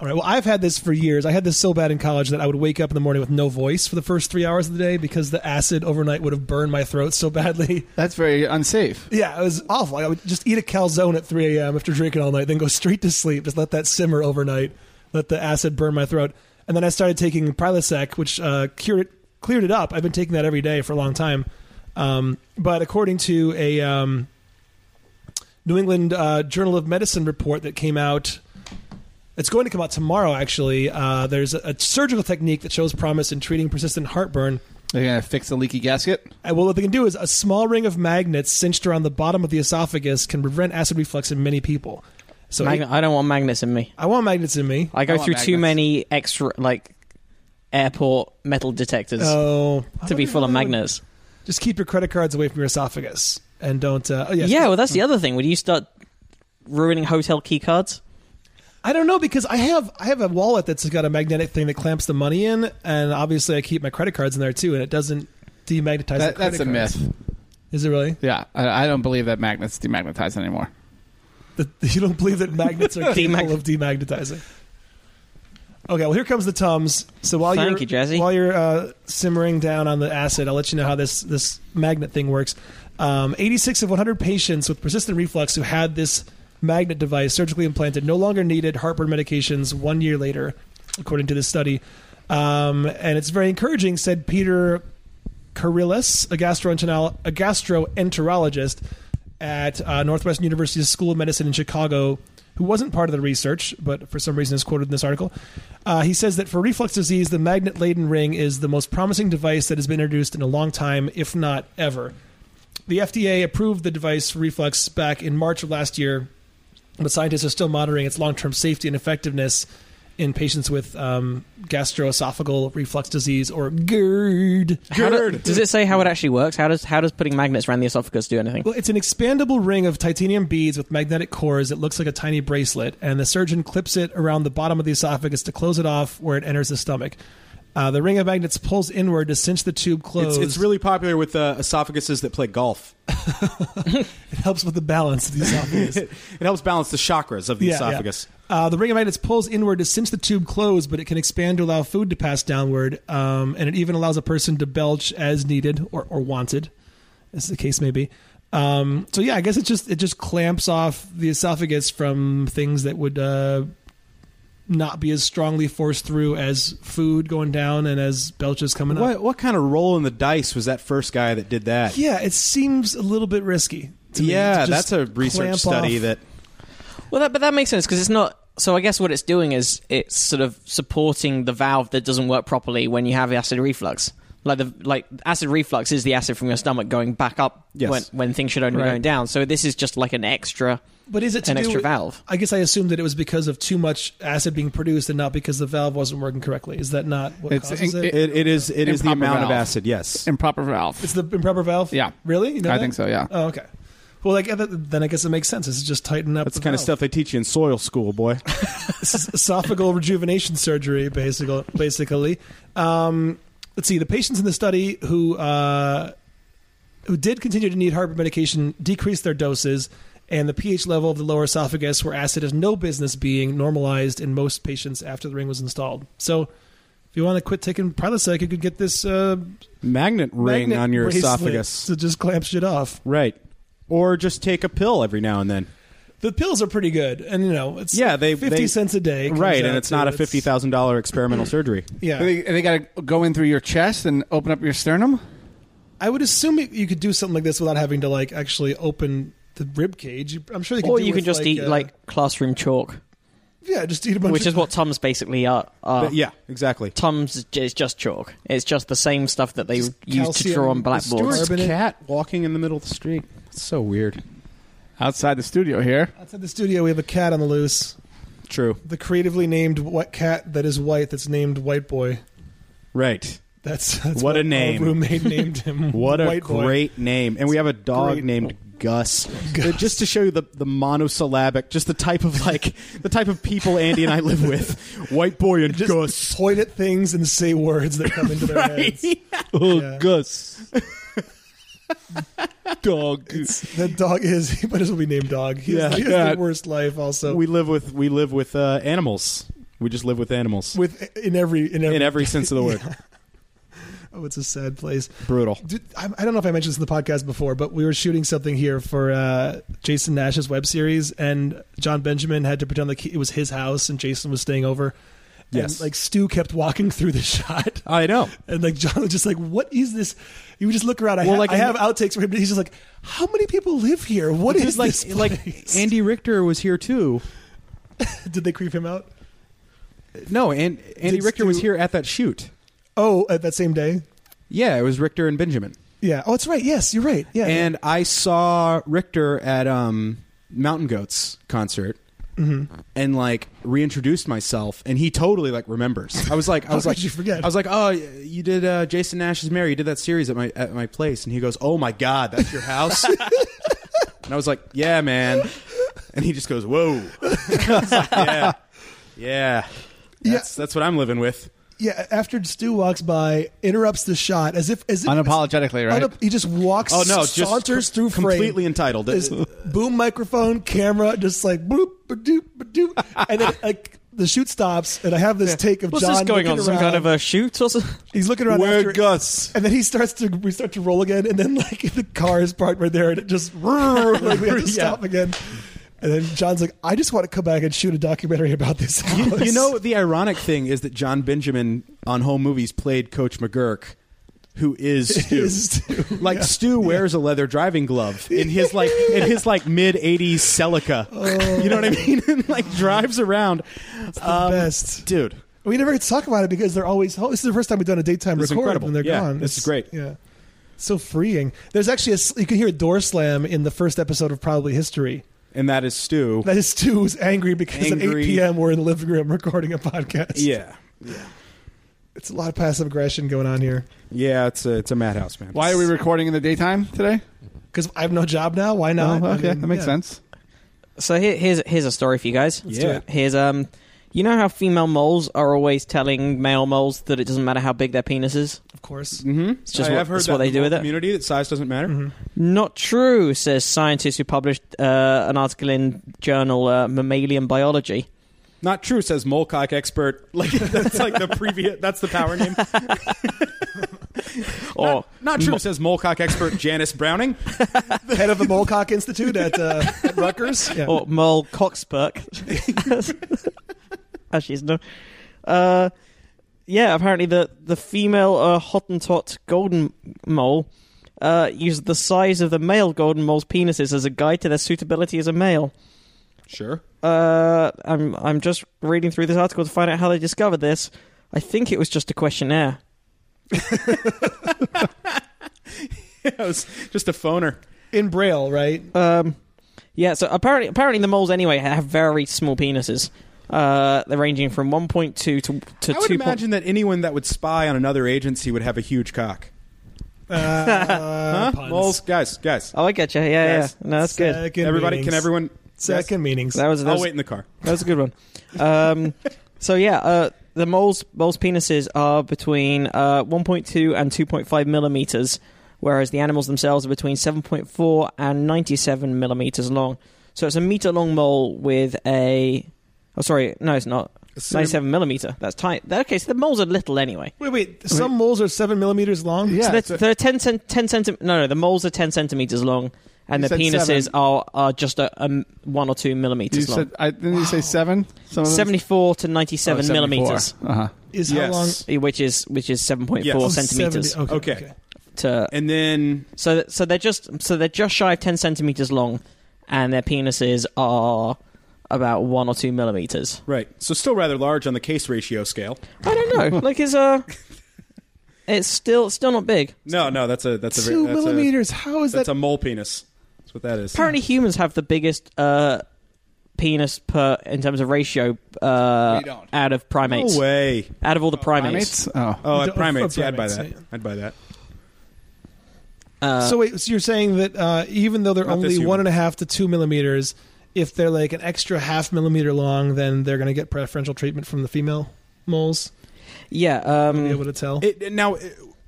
Speaker 2: All right. Well, I've had this for years. I had this so bad in college that I would wake up in the morning with no voice for the first three hours of the day because the acid overnight would have burned my throat so badly.
Speaker 5: That's very unsafe.
Speaker 2: Yeah, it was awful. I would just eat a calzone at 3 a.m. after drinking all night, then go straight to sleep. Just let that simmer overnight, let the acid burn my throat. And then I started taking Prilosec, which uh, cured it, cleared it up. I've been taking that every day for a long time. Um, but according to a um, New England uh, Journal of Medicine report that came out, it's going to come out tomorrow, actually. Uh, there's a, a surgical technique that shows promise in treating persistent heartburn.
Speaker 5: They're gonna fix the leaky gasket.
Speaker 2: And well, what they can do is a small ring of magnets cinched around the bottom of the esophagus can prevent acid reflux in many people. So
Speaker 3: Magn- I don't want magnets in me.
Speaker 2: I want magnets in me.
Speaker 3: I go
Speaker 5: I want
Speaker 3: through too
Speaker 5: magnets.
Speaker 3: many extra like airport metal detectors
Speaker 2: Oh,
Speaker 3: to be full of magnets.
Speaker 2: Just keep your credit cards away from your esophagus and don't. Uh, oh, yes,
Speaker 3: yeah, well, that's the other thing. Would you start ruining hotel key cards?
Speaker 2: I don't know because I have I have a wallet that's got a magnetic thing that clamps the money in, and obviously I keep my credit cards in there too, and it doesn't demagnetize.
Speaker 5: That,
Speaker 2: the
Speaker 5: that's
Speaker 2: credit
Speaker 5: a
Speaker 2: cards.
Speaker 5: myth.
Speaker 2: Is it really?
Speaker 5: Yeah, I, I don't believe that magnets demagnetize anymore.
Speaker 2: That you don't believe that magnets are capable
Speaker 3: Demag-
Speaker 2: of demagnetizing. Okay, well here comes the tums. So while
Speaker 3: Thank
Speaker 2: you're
Speaker 3: you, Jazzy.
Speaker 2: while you're uh, simmering down on the acid, I'll let you know how this this magnet thing works. Um, 86 of 100 patients with persistent reflux who had this magnet device surgically implanted no longer needed heartburn medications one year later, according to this study. Um, and it's very encouraging, said Peter Carillus, a, gastroenterol- a gastroenterologist at uh, Northwestern University's School of Medicine in Chicago, who wasn't part of the research, but for some reason is quoted in this article. Uh, he says that for reflux disease, the magnet laden ring is the most promising device that has been introduced in a long time, if not ever. The FDA approved the device for reflux back in March of last year, but scientists are still monitoring its long term safety and effectiveness in patients with um, gastroesophageal reflux disease or E GERD.
Speaker 3: How do-
Speaker 4: Gerd.
Speaker 3: does it say how it actually works? How does how does putting magnets around the esophagus do anything?
Speaker 2: Well, it's an expandable ring of titanium beads with magnetic cores. It looks like a tiny bracelet, and the surgeon clips it around the bottom of the esophagus to close it off where it enters the stomach. Uh, the ring of magnets pulls inward to cinch the tube
Speaker 4: It's,
Speaker 2: closed.
Speaker 4: it's really popular with uh, esophaguses that play golf.
Speaker 2: it helps with the balance of the esophagus.
Speaker 4: It helps balance the chakras of the
Speaker 2: Yeah,
Speaker 4: esophagus.
Speaker 2: yeah. Uh, the ring of magnets pulls inward to cinch the tube closed, but it can expand to allow food to pass downward, um, and it even allows a person to belch as needed or, or wanted, as the case may be. Um, so yeah, I guess it just it just clamps off the esophagus from things that would uh, not be as strongly forced through as food going down and as belches coming up.
Speaker 4: What what kind of roll in the dice was that first guy that did that?
Speaker 2: Yeah, it seems a little bit risky. To me,
Speaker 4: Yeah,
Speaker 2: to just
Speaker 4: that's a research
Speaker 2: clamp
Speaker 4: study
Speaker 2: off-
Speaker 4: that
Speaker 3: Well, that, but that makes sense because it's not. So I guess what it's doing is it's sort of supporting the valve that doesn't work properly when you have acid reflux. Like the like acid reflux is the acid from your stomach going back up
Speaker 4: Yes.
Speaker 3: when when things should only be
Speaker 2: Right.
Speaker 3: going down. So this is just like an extra.
Speaker 2: But is it to
Speaker 3: an
Speaker 2: do
Speaker 3: extra
Speaker 2: with-
Speaker 3: valve?
Speaker 2: I guess I assumed that it was because of too much acid being produced and not because the valve wasn't working correctly. Is that not what
Speaker 5: It's
Speaker 2: causes
Speaker 5: in-
Speaker 2: it?
Speaker 5: it-
Speaker 4: it, it is it is the
Speaker 5: Improper
Speaker 4: amount of
Speaker 5: valve.
Speaker 4: acid. Yes,
Speaker 5: Improper valve.
Speaker 2: It's the improper valve.
Speaker 5: Yeah.
Speaker 2: really? You know
Speaker 5: I
Speaker 2: that?
Speaker 5: think so, yeah.
Speaker 2: Oh, okay. Well, like then I guess it makes sense. It's just tighten up.
Speaker 4: that's the
Speaker 2: the
Speaker 4: kind of
Speaker 2: valve.
Speaker 4: stuff they teach you in soil school, boy.
Speaker 2: It's esophageal rejuvenation surgery, basically. Basically, um, let's see. The patients in the study who uh, who did continue to need heartburn medication decreased their doses, and the pH level of the lower esophagus, where acid has no business being, normalized in most patients after the ring was installed. So, if you want to quit taking Prilosec, you could get this uh,
Speaker 4: Magnet ring
Speaker 2: magnet
Speaker 4: on your
Speaker 2: bracelet
Speaker 4: esophagus.
Speaker 2: to just clamp shit off.
Speaker 4: Right. Or just take a pill every now and then.
Speaker 2: The pills are pretty good, and you know it's
Speaker 4: Yeah, they-
Speaker 2: fifty
Speaker 4: they-
Speaker 2: cents a day, it comes
Speaker 4: Right, and
Speaker 2: out
Speaker 4: it's
Speaker 2: to,
Speaker 4: not a fifty thousand dollar experimental surgery.
Speaker 2: Yeah,
Speaker 5: And they, got to go in through your chest and open up your sternum.
Speaker 2: I would assume it, you could do something like this without having to like actually open the rib cage. You- I'm sure they could.
Speaker 3: Or
Speaker 2: do
Speaker 3: you
Speaker 2: with,
Speaker 3: can just
Speaker 2: like,
Speaker 3: eat
Speaker 2: uh,
Speaker 3: like classroom chalk,
Speaker 2: yeah, just eat a bunch.
Speaker 3: which
Speaker 2: of,
Speaker 3: is what tums basically are. are.
Speaker 4: But yeah, exactly.
Speaker 3: Tums is ju- is just chalk. It's just the same stuff that they
Speaker 2: Just
Speaker 3: use to
Speaker 2: calcium,
Speaker 3: draw on
Speaker 2: Stuart-
Speaker 3: blackboards.
Speaker 4: Stuart's
Speaker 2: Carbonate.
Speaker 4: cat walking in the middle of the street. It's so weird.
Speaker 5: Outside the studio here.
Speaker 2: outside the studio. We have a cat on the loose.
Speaker 4: True.
Speaker 2: The creatively named what cat that is white that's named White Boy.
Speaker 4: Right.
Speaker 2: That's, that's
Speaker 4: What a
Speaker 2: our
Speaker 4: name.
Speaker 2: roommate named him.
Speaker 4: What a
Speaker 2: White Boy.
Speaker 4: great name. And we have a dog
Speaker 2: Great.
Speaker 4: named Gus. Uh, Just to show you the, the monosyllabic, just the type of like the type of people Andy and I live with. White boy and
Speaker 2: Just
Speaker 4: Gus.
Speaker 2: point at things and say words that come into their heads.
Speaker 4: Oh,
Speaker 2: Yeah.
Speaker 4: Gus. dog.
Speaker 2: That dog is he might as well be named dog. He
Speaker 4: Yeah.
Speaker 2: has, he has
Speaker 4: Yeah.
Speaker 2: the worst life. Also,
Speaker 4: We live with we live with uh, animals. We just live with animals.
Speaker 2: with in every in every,
Speaker 4: in every sense of the word.
Speaker 2: oh, it's a sad place.
Speaker 4: Brutal.
Speaker 2: Dude, I, I don't know if I mentioned this in the podcast before, but we were shooting something here for uh, Jason Nash's web series, and John Benjamin had to pretend like he, it was his house, and Jason was staying over. And,
Speaker 4: Yes.
Speaker 2: like Stu kept walking through the shot,
Speaker 4: I know.
Speaker 2: and like John was just like, "What is this?" He would just look around. I,
Speaker 4: Well,
Speaker 2: ha-
Speaker 4: like,
Speaker 2: I have outtakes for him, but he's just like, "How many people live here? What is
Speaker 4: Dude, like
Speaker 2: this?"
Speaker 4: like
Speaker 2: place?"
Speaker 4: Andy Richter was here too.
Speaker 2: did they creep him out?
Speaker 4: No, and Andy
Speaker 2: Did
Speaker 4: Richter was
Speaker 2: Stu-
Speaker 4: here at that shoot.
Speaker 2: Oh, at that same day.
Speaker 4: Yeah, it was Richter and Benjamin.
Speaker 2: Yeah. Oh, that's right. Yes, you're right. Yeah.
Speaker 4: And I saw Richter at um, Mountain Goats concert.
Speaker 2: Mm-hmm.
Speaker 4: And like reintroduced myself, and he totally like remembers. I was like, I was
Speaker 2: How
Speaker 4: like,
Speaker 2: could you forget?
Speaker 4: I was like, oh, you did uh, Jason Nash's Mary. You did that series at my at my place, and he goes, oh my god, that's your house. and I was like, yeah, man. And he just goes, whoa, I was like, yeah, yeah, that's that's what I'm living with.
Speaker 2: yeah. After Stu walks by, interrupts the shot as if as if
Speaker 5: Unapologetically, right?
Speaker 2: Unap- he just walks.
Speaker 4: Oh no, just
Speaker 2: saunters through frame.
Speaker 4: completely entitled.
Speaker 2: This boom microphone, camera, just like bloop, doop, doop, and then like the shoot stops, and I have this take of
Speaker 3: What's
Speaker 2: John
Speaker 3: this going on?
Speaker 2: looking
Speaker 3: Some kind
Speaker 2: around.
Speaker 3: of a shoot or something?
Speaker 2: He's looking around
Speaker 4: Where
Speaker 2: after,
Speaker 4: Gus?
Speaker 2: and then he starts to we start to roll again, and then like the car is parked right there, and it just like we have to stop again. And then John's like, "I just want to come back and shoot a documentary about this house."
Speaker 4: You know, the ironic thing is that John Benjamin on Home Movies played Coach McGurk, who is Stu.
Speaker 2: Is Stu,
Speaker 4: Like Stu wears a leather driving glove in his like in his like mid '80s Celica. You know what I mean? and like drives around. Um,
Speaker 2: best.
Speaker 4: dude.
Speaker 2: we never get to talk about it because they're always. home. This is the first time we've done a daytime
Speaker 4: This is
Speaker 2: record
Speaker 4: incredible.
Speaker 2: and they're
Speaker 4: Yeah,
Speaker 2: gone.
Speaker 4: this is great.
Speaker 2: Yeah, so freeing. There's actually a, s- you can hear a door slam in the first episode of Probably History.
Speaker 4: And that is Stu.
Speaker 2: That is Stu was angry because at
Speaker 4: Angry.
Speaker 2: 8 p.m. we're in the living room recording a podcast.
Speaker 4: yeah,
Speaker 2: it's a lot of passive aggression going on here.
Speaker 4: yeah. It's a it's a madhouse, man.
Speaker 5: Why are we recording in the daytime today?
Speaker 2: Because I have no job now. Why not?
Speaker 4: Uh-huh,
Speaker 5: Oh,
Speaker 2: I
Speaker 5: okay,
Speaker 2: mean,
Speaker 5: that makes
Speaker 2: yeah.
Speaker 5: sense.
Speaker 3: So here, here's here's a story for you guys.
Speaker 4: do
Speaker 3: yeah.
Speaker 4: it.
Speaker 3: Here's um, you know how female moles are always telling male moles that it doesn't matter how big their penis is.
Speaker 2: Of course.
Speaker 4: Mm-hmm.
Speaker 3: just what-
Speaker 4: I've heard
Speaker 3: it's
Speaker 4: that
Speaker 3: what they
Speaker 4: in the
Speaker 3: do with
Speaker 4: whole
Speaker 3: it.
Speaker 4: Community that size doesn't matter.
Speaker 3: Not true, says scientist who published uh, an article in journal uh, Mammalian Biology.
Speaker 4: Not true, says Molcock expert. Like that's like the previous. That's the power name.
Speaker 3: Or
Speaker 4: Not true, says Molcock expert Janice Browning.
Speaker 2: Head of the Molcock Institute at, uh, at Rutgers. Yeah.
Speaker 4: Oh.
Speaker 3: or mole cocksperk, as she's known. Uh, yeah, apparently the the female uh, Hottentot golden mole uh, uses the size of the male golden mole's penises as a guide to their suitability as a male.
Speaker 4: Sure.
Speaker 3: Uh, I'm I'm just reading through this article to find out how they discovered this. I think it was just a questionnaire.
Speaker 4: it was just a phoner.
Speaker 2: In Braille, right?
Speaker 3: Um, yeah. So apparently, apparently the moles anyway have very small penises. Uh, they're ranging from 1.2 to to
Speaker 4: I would
Speaker 3: 2.
Speaker 4: imagine that anyone that would spy on another agency would have a huge cock.
Speaker 2: Uh,
Speaker 4: Huh?
Speaker 2: puns.
Speaker 4: Moles, guys, guys.
Speaker 3: Oh, I get you. Yeah,
Speaker 4: Yes. uh,
Speaker 3: yeah. No, that's good.
Speaker 2: Second
Speaker 4: Everybody,
Speaker 2: meanings.
Speaker 4: can everyone?
Speaker 2: Second meanings.
Speaker 3: That was that
Speaker 5: Oh,
Speaker 4: I'll
Speaker 3: was,
Speaker 4: wait in the car.
Speaker 3: that was a good one. Um, so yeah, uh, the moles moles penises are between uh, 1.2 and 2.5 millimeters, whereas the animals themselves are between 7.4 and 97 millimeters long. So it's a meter long mole with a. Oh, sorry, no, it's not.
Speaker 2: So-
Speaker 3: 97 millimeter. That's tight. Okay, so the moles are little anyway.
Speaker 2: Wait, wait. Some moles are seven millimeters long.
Speaker 5: Yeah.
Speaker 3: So they're,
Speaker 5: it's a-
Speaker 3: they're 10, cent- 10 centimeters. No, no, the moles are 10 centimeters long, and
Speaker 5: You
Speaker 3: the
Speaker 5: said
Speaker 3: penises
Speaker 5: seven.
Speaker 3: are are just a, um, one or two
Speaker 5: You
Speaker 3: millimeters long.
Speaker 5: said, I, didn't you say seven? Some of them?
Speaker 3: 74 to
Speaker 5: Oh,
Speaker 3: 97
Speaker 5: 74.
Speaker 3: millimeters,
Speaker 5: Uh-huh.
Speaker 2: Is
Speaker 4: Yes.
Speaker 2: how long?
Speaker 3: which is which is 7.4
Speaker 4: Yes. Oh,
Speaker 3: centimeters.
Speaker 2: 70
Speaker 4: Okay.
Speaker 3: To
Speaker 4: And then
Speaker 3: so that- so they're just so they're just shy of 10 centimeters long, and their penises are about one or two millimeters.
Speaker 4: right, so still rather large on the case ratio scale.
Speaker 3: I don't know. like it's uh it's still still not big.
Speaker 4: No, no, that's a that's a
Speaker 2: Two
Speaker 4: that's
Speaker 2: millimeters. how
Speaker 4: A,
Speaker 2: is
Speaker 4: that's
Speaker 2: that?
Speaker 4: a mole penis. That's what that is.
Speaker 3: Apparently, humans have the biggest uh, penis per in terms of ratio uh,
Speaker 5: We don't.
Speaker 3: out of primates.
Speaker 4: no way.
Speaker 3: out of all the primates.
Speaker 5: Primates? Oh.
Speaker 4: Oh,
Speaker 2: Oh,
Speaker 4: at primates.
Speaker 2: for
Speaker 4: Yeah, I'd buy that.
Speaker 2: primates, yeah.
Speaker 4: I'd buy that.
Speaker 3: Uh,
Speaker 2: so wait. So you're saying that uh, even though they're
Speaker 4: Not this
Speaker 2: only
Speaker 4: human.
Speaker 2: one and a half to two millimeters, if they're like an extra half millimeter long, then they're going to get preferential treatment from the female moles.
Speaker 3: yeah,
Speaker 2: Be
Speaker 3: um,
Speaker 2: able to tell.
Speaker 4: It, now,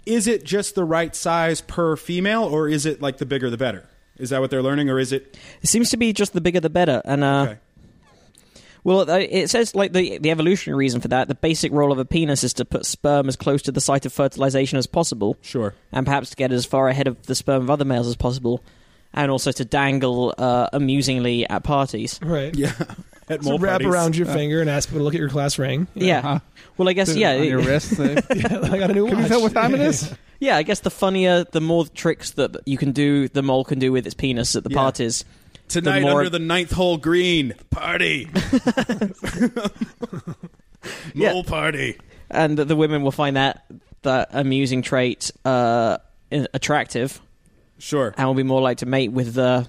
Speaker 4: is it just the right size per female, or is it like the bigger the better? Is that what they're learning, or is it?
Speaker 3: it seems to be just the bigger the better. And uh,
Speaker 4: Okay.
Speaker 3: well, uh, it says like the the evolutionary reason for that. The basic role of a penis is to put sperm as close to the site of fertilization as possible,
Speaker 4: Sure.
Speaker 3: and perhaps to get as far ahead of the sperm of other males as possible, and also to dangle uh, amusingly at parties.
Speaker 2: right.
Speaker 4: Yeah. At
Speaker 2: So
Speaker 4: mole Uh,
Speaker 2: wrap
Speaker 4: parties.
Speaker 2: around your finger and ask people to look at your class ring.
Speaker 3: Yeah.
Speaker 5: Uh-huh.
Speaker 3: Well, I
Speaker 2: Uh,
Speaker 3: guess yeah.
Speaker 5: On your
Speaker 3: it-
Speaker 5: wrist. They, can
Speaker 2: Yeah, I got a new watch.
Speaker 5: you tell what time it is?
Speaker 3: Yeah, I guess the funnier, the more tricks that you can do, the mole can do with its penis at the
Speaker 4: Yeah.
Speaker 3: parties.
Speaker 4: Tonight
Speaker 3: the more-
Speaker 4: under the ninth hole green party.
Speaker 3: Yeah.
Speaker 4: Mole party.
Speaker 3: And that the women will find that that amusing trait uh, i- attractive,
Speaker 4: Sure.
Speaker 3: and will be more like to mate with the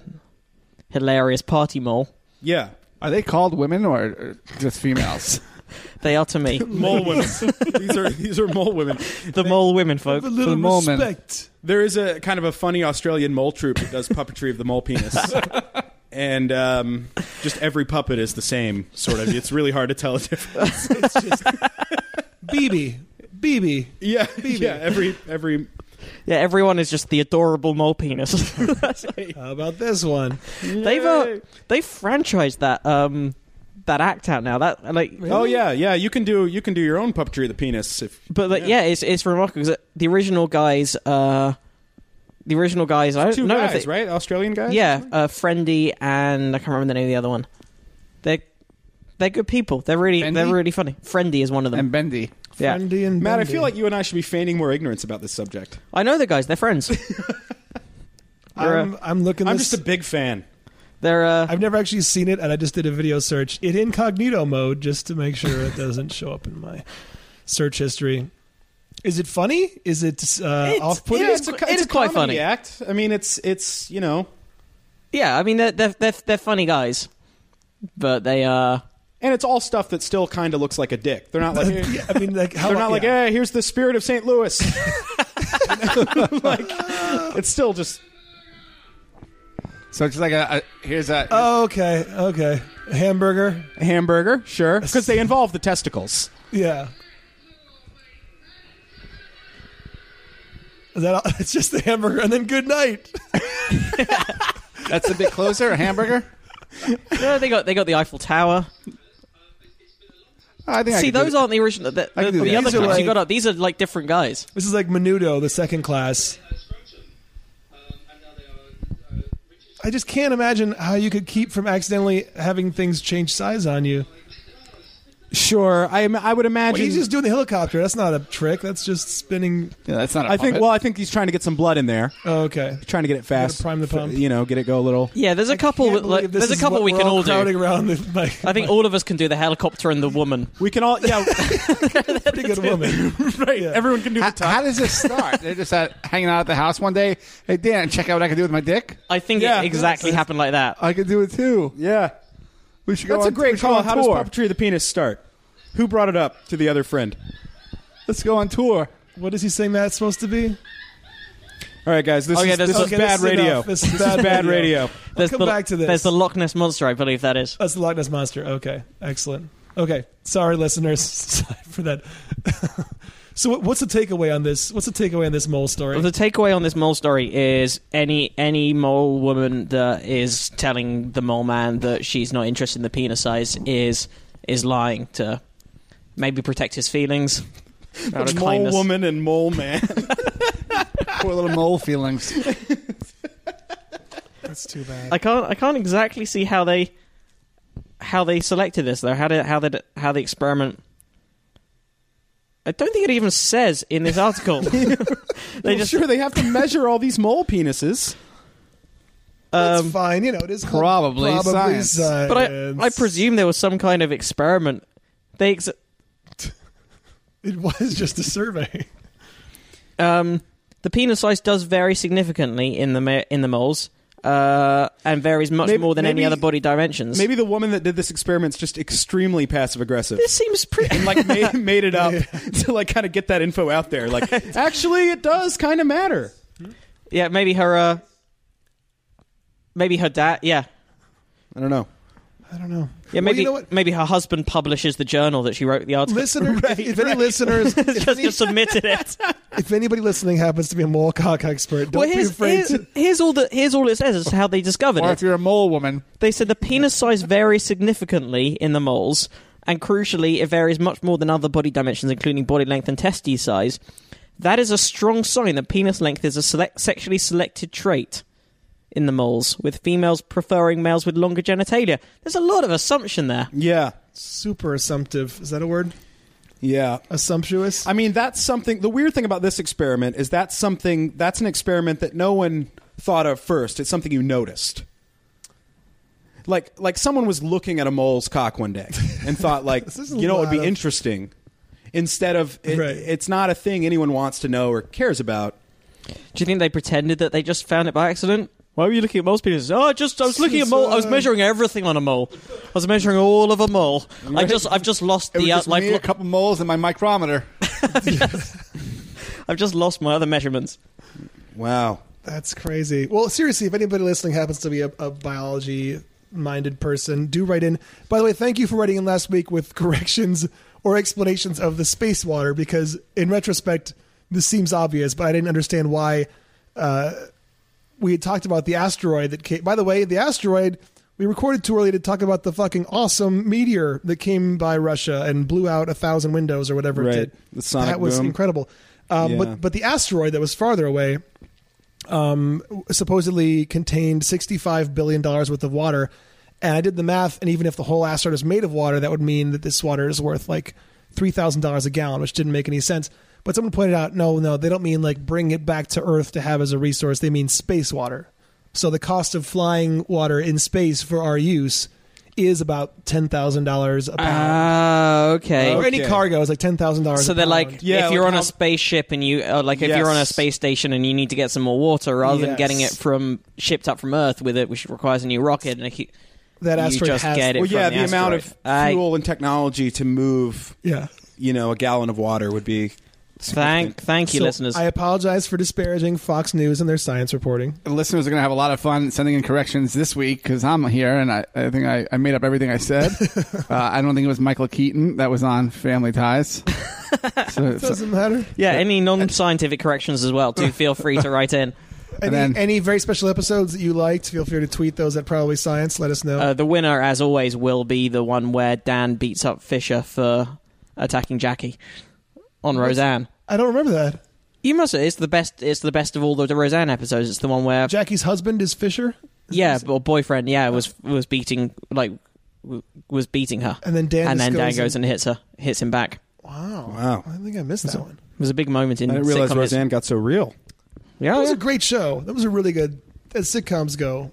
Speaker 3: hilarious party mole.
Speaker 4: Yeah.
Speaker 5: Are they called women or or just females?
Speaker 3: They are to me
Speaker 4: Mole women. these are these are mole women.
Speaker 3: the mole women folk.
Speaker 2: A little
Speaker 5: the moment.
Speaker 2: respect.
Speaker 4: There is a kind of a funny Australian mole troupe that does puppetry of the mole penis. And um, just every puppet is the same, sort of. It's really hard to tell a difference.
Speaker 2: It's just BB. BB.
Speaker 4: Yeah, yeah. Every every
Speaker 3: Yeah, everyone is just the adorable mole penis.
Speaker 2: How about this one?
Speaker 3: they've uh, they've franchised that um that act out now. That like
Speaker 4: Oh yeah, yeah. You can do you can do your own puppetry of the penis. If
Speaker 3: But like, yeah, it's it's remarkable because the original guys, uh, the original guys, I don't
Speaker 4: two
Speaker 3: know if
Speaker 4: guys,
Speaker 3: they-
Speaker 4: right? Australian guys.
Speaker 3: Yeah, uh, Friendy and I can't remember the name of the other one. They're they're good people. They're really
Speaker 5: Friendy?
Speaker 3: they're really funny. Friendy is one of them.
Speaker 5: and Bendy.
Speaker 3: yeah,
Speaker 2: Friendy and
Speaker 4: Matt, I
Speaker 2: Bendy.
Speaker 4: feel like you and I should be feigning more ignorance about this subject.
Speaker 3: I know the guys. They're friends. you're
Speaker 2: I'm, I'm looking.
Speaker 4: I'm
Speaker 2: this,
Speaker 4: just a big fan.
Speaker 3: they're uh,
Speaker 2: I've never actually seen it, and I just did a video search in incognito mode just to make sure it doesn't show up in my search history. Is it funny? Is it uh,
Speaker 3: It's-
Speaker 2: off-putting?
Speaker 3: it is
Speaker 4: co-
Speaker 3: qu- it is quite
Speaker 4: comedy
Speaker 3: funny.
Speaker 4: Act. I mean, it's it's you know,
Speaker 3: yeah. I mean, they're they're they're, they're funny guys, but they uh, are.
Speaker 4: and it's all stuff that still kind of looks like a dick. They're not like
Speaker 2: Uh, Yeah, I mean, like how
Speaker 4: they're not like
Speaker 2: yeah.
Speaker 4: hey, here's the spirit of St. Louis. like it's still just
Speaker 5: So it's just like a, a here's a
Speaker 2: Oh, okay, okay, hamburger.
Speaker 4: hamburger, sure, because they involve the testicles.
Speaker 2: Yeah. Is that all? It's just the hamburger, and then good night.
Speaker 5: that's a bit closer. A hamburger.
Speaker 3: No, they got they got the Eiffel Tower.
Speaker 5: I think I
Speaker 3: See,
Speaker 5: could do
Speaker 3: those
Speaker 5: it.
Speaker 3: aren't the original. The,
Speaker 5: I
Speaker 3: the,
Speaker 5: can do
Speaker 3: the
Speaker 5: that.
Speaker 3: other
Speaker 5: These are
Speaker 3: clips you
Speaker 2: like-
Speaker 3: got up. These are like different guys.
Speaker 2: This is like Menudo, the second class. I just can't imagine how you could keep from accidentally having things change size on you.
Speaker 4: Sure, I am- I would
Speaker 2: Well,
Speaker 4: imagine.
Speaker 2: he's just doing the helicopter. That's not a trick. That's just spinning.
Speaker 5: Yeah, that's not. I
Speaker 4: I think. Well, I think he's trying to get some blood in there.
Speaker 2: Oh, okay.
Speaker 4: trying to get it fast,
Speaker 2: prime the pump.
Speaker 4: You know, get it go a little.
Speaker 3: Yeah, there's a couple.
Speaker 2: Can't
Speaker 3: Like,
Speaker 2: believe this
Speaker 3: there's a
Speaker 2: is
Speaker 3: couple
Speaker 2: what
Speaker 3: we
Speaker 2: we're
Speaker 3: can all
Speaker 2: crowding
Speaker 3: do.
Speaker 2: around the like,
Speaker 3: I think all of us can do the helicopter and the woman.
Speaker 4: We can all, yeah,
Speaker 2: pretty good woman.
Speaker 4: right.
Speaker 2: Yeah.
Speaker 4: Everyone can do
Speaker 5: how,
Speaker 4: the top.
Speaker 5: how does this start? They're just at, hanging out at the house one day. Hey Dan, check out what I can do with my dick.
Speaker 3: I think
Speaker 4: Yeah.
Speaker 3: it exactly happened like that.
Speaker 5: I can do it too.
Speaker 4: Yeah,
Speaker 5: We should go.
Speaker 4: that's a
Speaker 5: on- we
Speaker 4: great
Speaker 5: should go
Speaker 4: call.
Speaker 5: on
Speaker 4: How does
Speaker 5: tour.
Speaker 4: puppetry of the penis start? Who brought it up to the other friend?
Speaker 5: Let's go on tour.
Speaker 2: what is he saying that's supposed to be?
Speaker 4: All right, guys, this
Speaker 3: Oh,
Speaker 4: is
Speaker 3: yeah,
Speaker 4: this,
Speaker 3: this is-
Speaker 4: is
Speaker 2: Okay, this
Speaker 4: bad
Speaker 2: is enough.
Speaker 4: radio.
Speaker 2: This is bad
Speaker 4: bad
Speaker 2: radio.
Speaker 4: radio.
Speaker 3: There's
Speaker 2: come
Speaker 3: the,
Speaker 2: back to this.
Speaker 3: There's the Loch Ness monster, I believe that is.
Speaker 2: That's the Loch Ness monster. Okay, excellent. Okay, sorry, listeners, Sorry for that. So what- what's the takeaway on this? What's the takeaway on this mole story?
Speaker 3: The takeaway on this mole story is any any mole woman that is telling the mole man that she's not interested in the penis size is is lying to maybe protect his feelings. Out of
Speaker 4: mole
Speaker 3: kindness.
Speaker 4: woman and mole man.
Speaker 5: Poor little mole feelings.
Speaker 2: That's too bad.
Speaker 3: I can't I can't exactly see how they how they selected this though. How did how did how the experiment I don't think it even says in this article. they
Speaker 4: well,
Speaker 3: just
Speaker 4: sure they have to measure all these mole penises.
Speaker 2: That's fine. You know, it is called
Speaker 5: probably
Speaker 2: probably
Speaker 5: science.
Speaker 2: science.
Speaker 3: um, But I, I presume there was some kind of experiment. They ex-
Speaker 2: it was just a survey.
Speaker 3: um, the penis size does vary significantly in the ma- in the moles, uh, and varies much
Speaker 4: Maybe-
Speaker 3: more than any
Speaker 4: maybe-
Speaker 3: other body dimensions.
Speaker 4: Maybe the woman that did this experiment's just extremely passive aggressive.
Speaker 3: this seems pretty.
Speaker 4: and like made, made it up to like kind of get that info out there. Like, actually, it does kind of matter.
Speaker 3: yeah, maybe her. Uh, maybe her dad. Yeah,
Speaker 4: I don't know.
Speaker 2: I don't know.
Speaker 3: yeah. Maybe
Speaker 2: Well, you know what?
Speaker 3: maybe her husband publishes the journal that she wrote the article.
Speaker 2: Listener, if, if any listeners, if,
Speaker 3: Just
Speaker 2: any,
Speaker 3: just submitted it.
Speaker 2: if anybody listening happens to be a mole cock expert, don't
Speaker 3: well,
Speaker 2: be
Speaker 3: here's,
Speaker 2: afraid
Speaker 3: here's,
Speaker 2: to.
Speaker 3: here's all the here's all it says is how they discovered
Speaker 5: Or
Speaker 3: it.
Speaker 5: if you're a mole woman,
Speaker 3: They said the penis size varies significantly in the moles, and crucially, it varies much more than other body dimensions, including body length and testes size. That is a strong sign that penis length is a select- sexually selected trait in the moles, with females preferring males with longer genitalia. There's a lot of assumption there.
Speaker 4: Yeah,
Speaker 2: Super assumptive. Is that a word?
Speaker 4: yeah.
Speaker 2: Assumptuous.
Speaker 4: I mean, that's something. The weird thing about this experiment is that's something. That's an experiment that no one thought of first. It's something you noticed. Like, like someone was looking at a mole's cock one day and thought, like,
Speaker 2: This is a
Speaker 4: you know, it would
Speaker 2: lot
Speaker 4: be
Speaker 2: of-
Speaker 4: interesting. Instead of, it,
Speaker 2: Right.
Speaker 4: it's not a thing anyone wants to know or cares about.
Speaker 3: Do you think they pretended that they just found it by accident? Why were you looking at moles, penises? Oh, I just I was looking at mole. I was measuring everything on a mole. I was measuring all of a mole. I just I've just lost
Speaker 5: it was
Speaker 3: the uh,
Speaker 5: just
Speaker 3: like
Speaker 5: me, a couple moles, and my micrometer.
Speaker 3: I've just lost my other measurements.
Speaker 4: Wow.
Speaker 2: That's crazy. Well, seriously, if anybody listening happens to be a, a biology minded person, do write in. By the way, thank you for writing in last week with corrections or explanations of the space water because, in retrospect, this seems obvious, but I didn't understand why uh, we had talked about the asteroid that came. By the way, the asteroid we recorded too early to talk about the fucking awesome meteor that came by Russia and blew out a thousand windows or whatever
Speaker 4: Right.
Speaker 2: it did.
Speaker 4: The sonic
Speaker 2: that was
Speaker 4: boom.
Speaker 2: incredible. Um,
Speaker 4: Yeah.
Speaker 2: But but the asteroid that was farther away um, supposedly contained $65 billion worth of water. And I did the math, and even if the whole asteroid is made of water, that would mean that this water is worth like $3,000 a gallon, which didn't make any sense. But someone pointed out no, no, they don't mean like bring it back to Earth to have as a resource. They mean space water. So the cost of flying water in space for our use is about $10,000 a pound.
Speaker 3: Ah, okay.
Speaker 2: or any
Speaker 4: okay.
Speaker 2: cargo is like $10,000
Speaker 3: So
Speaker 2: a
Speaker 3: they're
Speaker 2: pound.
Speaker 3: like,
Speaker 4: Uh, Yeah,
Speaker 3: if you're
Speaker 4: like
Speaker 3: on
Speaker 4: how-
Speaker 3: a spaceship and you, uh, like, if you're on a
Speaker 4: Yes.
Speaker 3: space station and you need to get some more water, rather than
Speaker 2: Yes.
Speaker 3: getting it from shipped up from Earth with it, which requires a new rocket and a hu-
Speaker 2: that
Speaker 3: you
Speaker 2: asteroid
Speaker 3: just
Speaker 2: has
Speaker 3: get it.
Speaker 4: Well, yeah,
Speaker 3: from
Speaker 4: the,
Speaker 3: the
Speaker 4: amount of
Speaker 3: asteroid. I-
Speaker 4: fuel and technology to move,
Speaker 2: Yeah.
Speaker 4: you know, a gallon of water would be.
Speaker 3: thank, thank you,
Speaker 2: So
Speaker 3: listeners.
Speaker 2: I apologize for disparaging Fox News and their science reporting.
Speaker 5: The listeners are going to have a lot of fun sending in corrections this week because I'm here and I, I think I, I made up everything I said. uh, I don't think it was Michael Keaton that was on Family Ties. so, so-
Speaker 2: Doesn't matter.
Speaker 3: yeah, any non-scientific corrections as well? Do feel free to write in.
Speaker 2: Any,
Speaker 5: then-
Speaker 2: any very special episodes that you liked, feel free to tweet those at Probably Science. Let us know.
Speaker 3: Uh, the winner, as always, will be the one where Dan beats up Fisher for attacking Jackie on Roseanne.
Speaker 2: I don't remember that.
Speaker 3: You must. It's the best. It's the best of all the Roseanne episodes. It's the one where
Speaker 2: Jackie's husband is Fisher,
Speaker 3: Yeah, or boyfriend. Yeah, was was beating like w- was beating her,
Speaker 2: and then Dan. just
Speaker 3: and then Dan
Speaker 2: goes
Speaker 3: goes and hits her, hits him back.
Speaker 2: Wow,
Speaker 4: Wow.
Speaker 2: I think I missed that one.
Speaker 3: It was a big moment in.
Speaker 4: I didn't realize
Speaker 3: sitcom hits-
Speaker 4: Roseanne got so real.
Speaker 2: That
Speaker 3: Yeah,
Speaker 2: was
Speaker 3: yeah.
Speaker 2: a great show. That was a really good. As sitcoms go,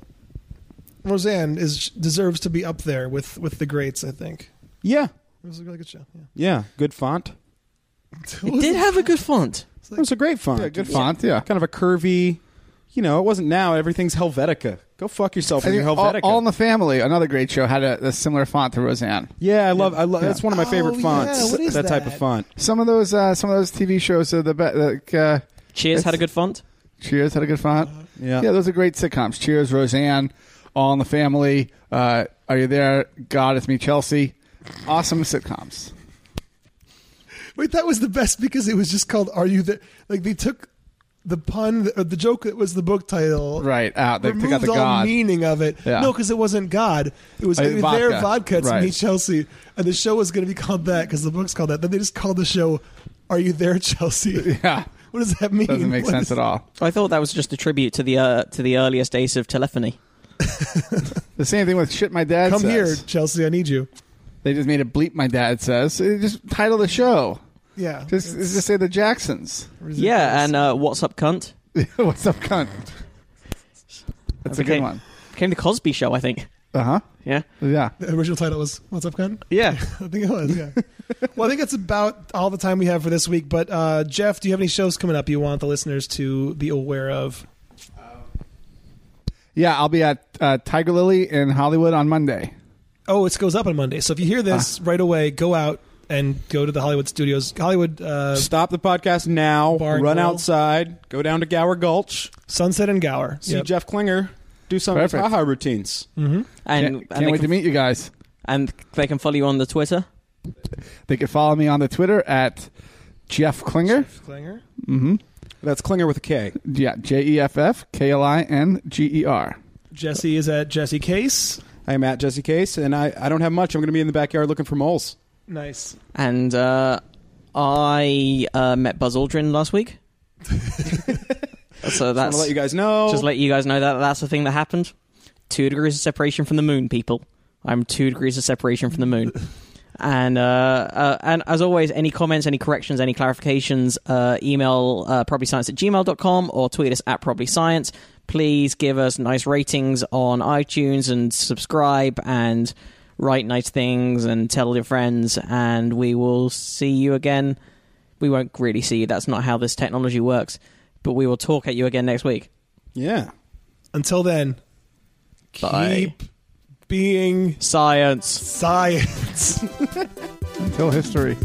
Speaker 2: Roseanne is deserves to be up there with with the greats. I think
Speaker 4: Yeah,
Speaker 2: it was a really good show. Yeah.
Speaker 4: yeah. Good font.
Speaker 3: it did have a good font.
Speaker 4: It was a great font.
Speaker 5: yeah, good font, yeah.
Speaker 4: Kind of a curvy. You know, it wasn't now. Everything's Helvetica. Go fuck yourself
Speaker 5: I
Speaker 4: with your
Speaker 5: think all,
Speaker 4: Helvetica.
Speaker 5: all in the Family, another great show, had a, a similar font to Roseanne.
Speaker 4: yeah, I love. I love. That's one of my
Speaker 2: Oh,
Speaker 4: favorite
Speaker 2: yeah,
Speaker 4: fonts.
Speaker 2: what is
Speaker 4: that, type
Speaker 2: that?
Speaker 4: of font.
Speaker 5: Some of those uh, some of those TV shows are the best. Like, uh,
Speaker 3: Cheers
Speaker 5: It's-
Speaker 3: had a good font.
Speaker 5: Cheers had a good font.
Speaker 4: Yeah.
Speaker 5: yeah, those are great sitcoms. Cheers, Roseanne, All in the Family. Uh, are you there? God, it's me, Chelsea. Awesome sitcoms.
Speaker 2: Wait, that was the best because it was just called "Are You There?" Like they took the pun, or the joke that was the book title,
Speaker 5: Right, out. They took out
Speaker 2: removed
Speaker 5: the
Speaker 2: all
Speaker 5: God.
Speaker 2: meaning of it.
Speaker 5: Yeah.
Speaker 2: No, because it wasn't God. It was
Speaker 5: Uh,
Speaker 2: their vodka.
Speaker 5: vodka.
Speaker 2: It's
Speaker 5: Right.
Speaker 2: me, Chelsea, and the show was going to be called that because the book's called that. Then they just called the show "Are You There, Chelsea?"
Speaker 5: Yeah.
Speaker 2: What does that mean?
Speaker 5: Doesn't make
Speaker 2: What
Speaker 5: sense
Speaker 2: is-
Speaker 5: at all.
Speaker 3: I thought that was just a tribute to the uh, to the earliest days of telephony.
Speaker 5: The same thing with shit my dad
Speaker 2: Come
Speaker 5: says.
Speaker 2: here, Chelsea. I need you.
Speaker 5: They just made a bleep my dad says. They just title the show.
Speaker 2: Yeah.
Speaker 5: Just, just say the Jacksons.
Speaker 3: Yeah, and uh, what's up, cunt?
Speaker 5: What's up, cunt? That's a
Speaker 3: Okay.
Speaker 5: good one.
Speaker 3: Became the Cosby Show, I think.
Speaker 5: Uh huh.
Speaker 3: Yeah,
Speaker 5: Yeah.
Speaker 2: the original title was "What's Up, Gun."
Speaker 3: yeah.
Speaker 2: I think it was. Yeah. well, I think it's about all the time we have for this week. But uh, Jeff, do you have any shows coming up you want the listeners to be aware of?
Speaker 5: Yeah, I'll be at uh, Tiger Lily in Hollywood on Monday.
Speaker 2: Oh, it goes up on Monday. So if you hear this
Speaker 4: Ah.
Speaker 2: right away, go out and go to the Hollywood studios. Hollywood uh,
Speaker 4: Stop the podcast now.
Speaker 2: Bar and
Speaker 4: run
Speaker 2: grill.
Speaker 4: outside. Go down to Gower Gulch.
Speaker 2: Sunset and Gower.
Speaker 4: See
Speaker 2: Yep.
Speaker 4: Jeff Klinger. Do some
Speaker 5: Perfect.
Speaker 4: haha routines.
Speaker 3: And
Speaker 5: Can't,
Speaker 3: and,
Speaker 5: can't
Speaker 3: they
Speaker 5: wait
Speaker 3: can,
Speaker 5: to meet you guys.
Speaker 3: and they can follow you on the Twitter.
Speaker 5: They can follow me on the Twitter at Jeff Klinger.
Speaker 2: Clinger.
Speaker 4: That's Klinger with a K.
Speaker 5: Yeah, J E F F K L I N G E R.
Speaker 2: Jesse is at Jesse Case.
Speaker 4: I'm at Jesse Case, and I, I don't have much. I'm going to be in the backyard looking for moles.
Speaker 2: Nice.
Speaker 3: And uh, I uh, met Buzz Aldrin last week. so
Speaker 4: Just want
Speaker 3: that's
Speaker 4: to let you guys know.
Speaker 3: just let you guys know that that's the thing that happened. Two degrees of separation from the moon, people. I'm two degrees of separation from the moon. And uh, uh, and as always, any comments, any corrections, any clarifications, uh, email uh, probablyscience at gmail.com or tweet us at probablyscience. Please give us nice ratings on iTunes and subscribe and write nice things and tell your friends. And we will see you again. We won't really see you. That's not how this technology works. But we will talk at you again next week.
Speaker 4: yeah.
Speaker 2: Until then,
Speaker 3: Bye.
Speaker 2: keep being
Speaker 3: Science.
Speaker 2: science.
Speaker 5: Until history.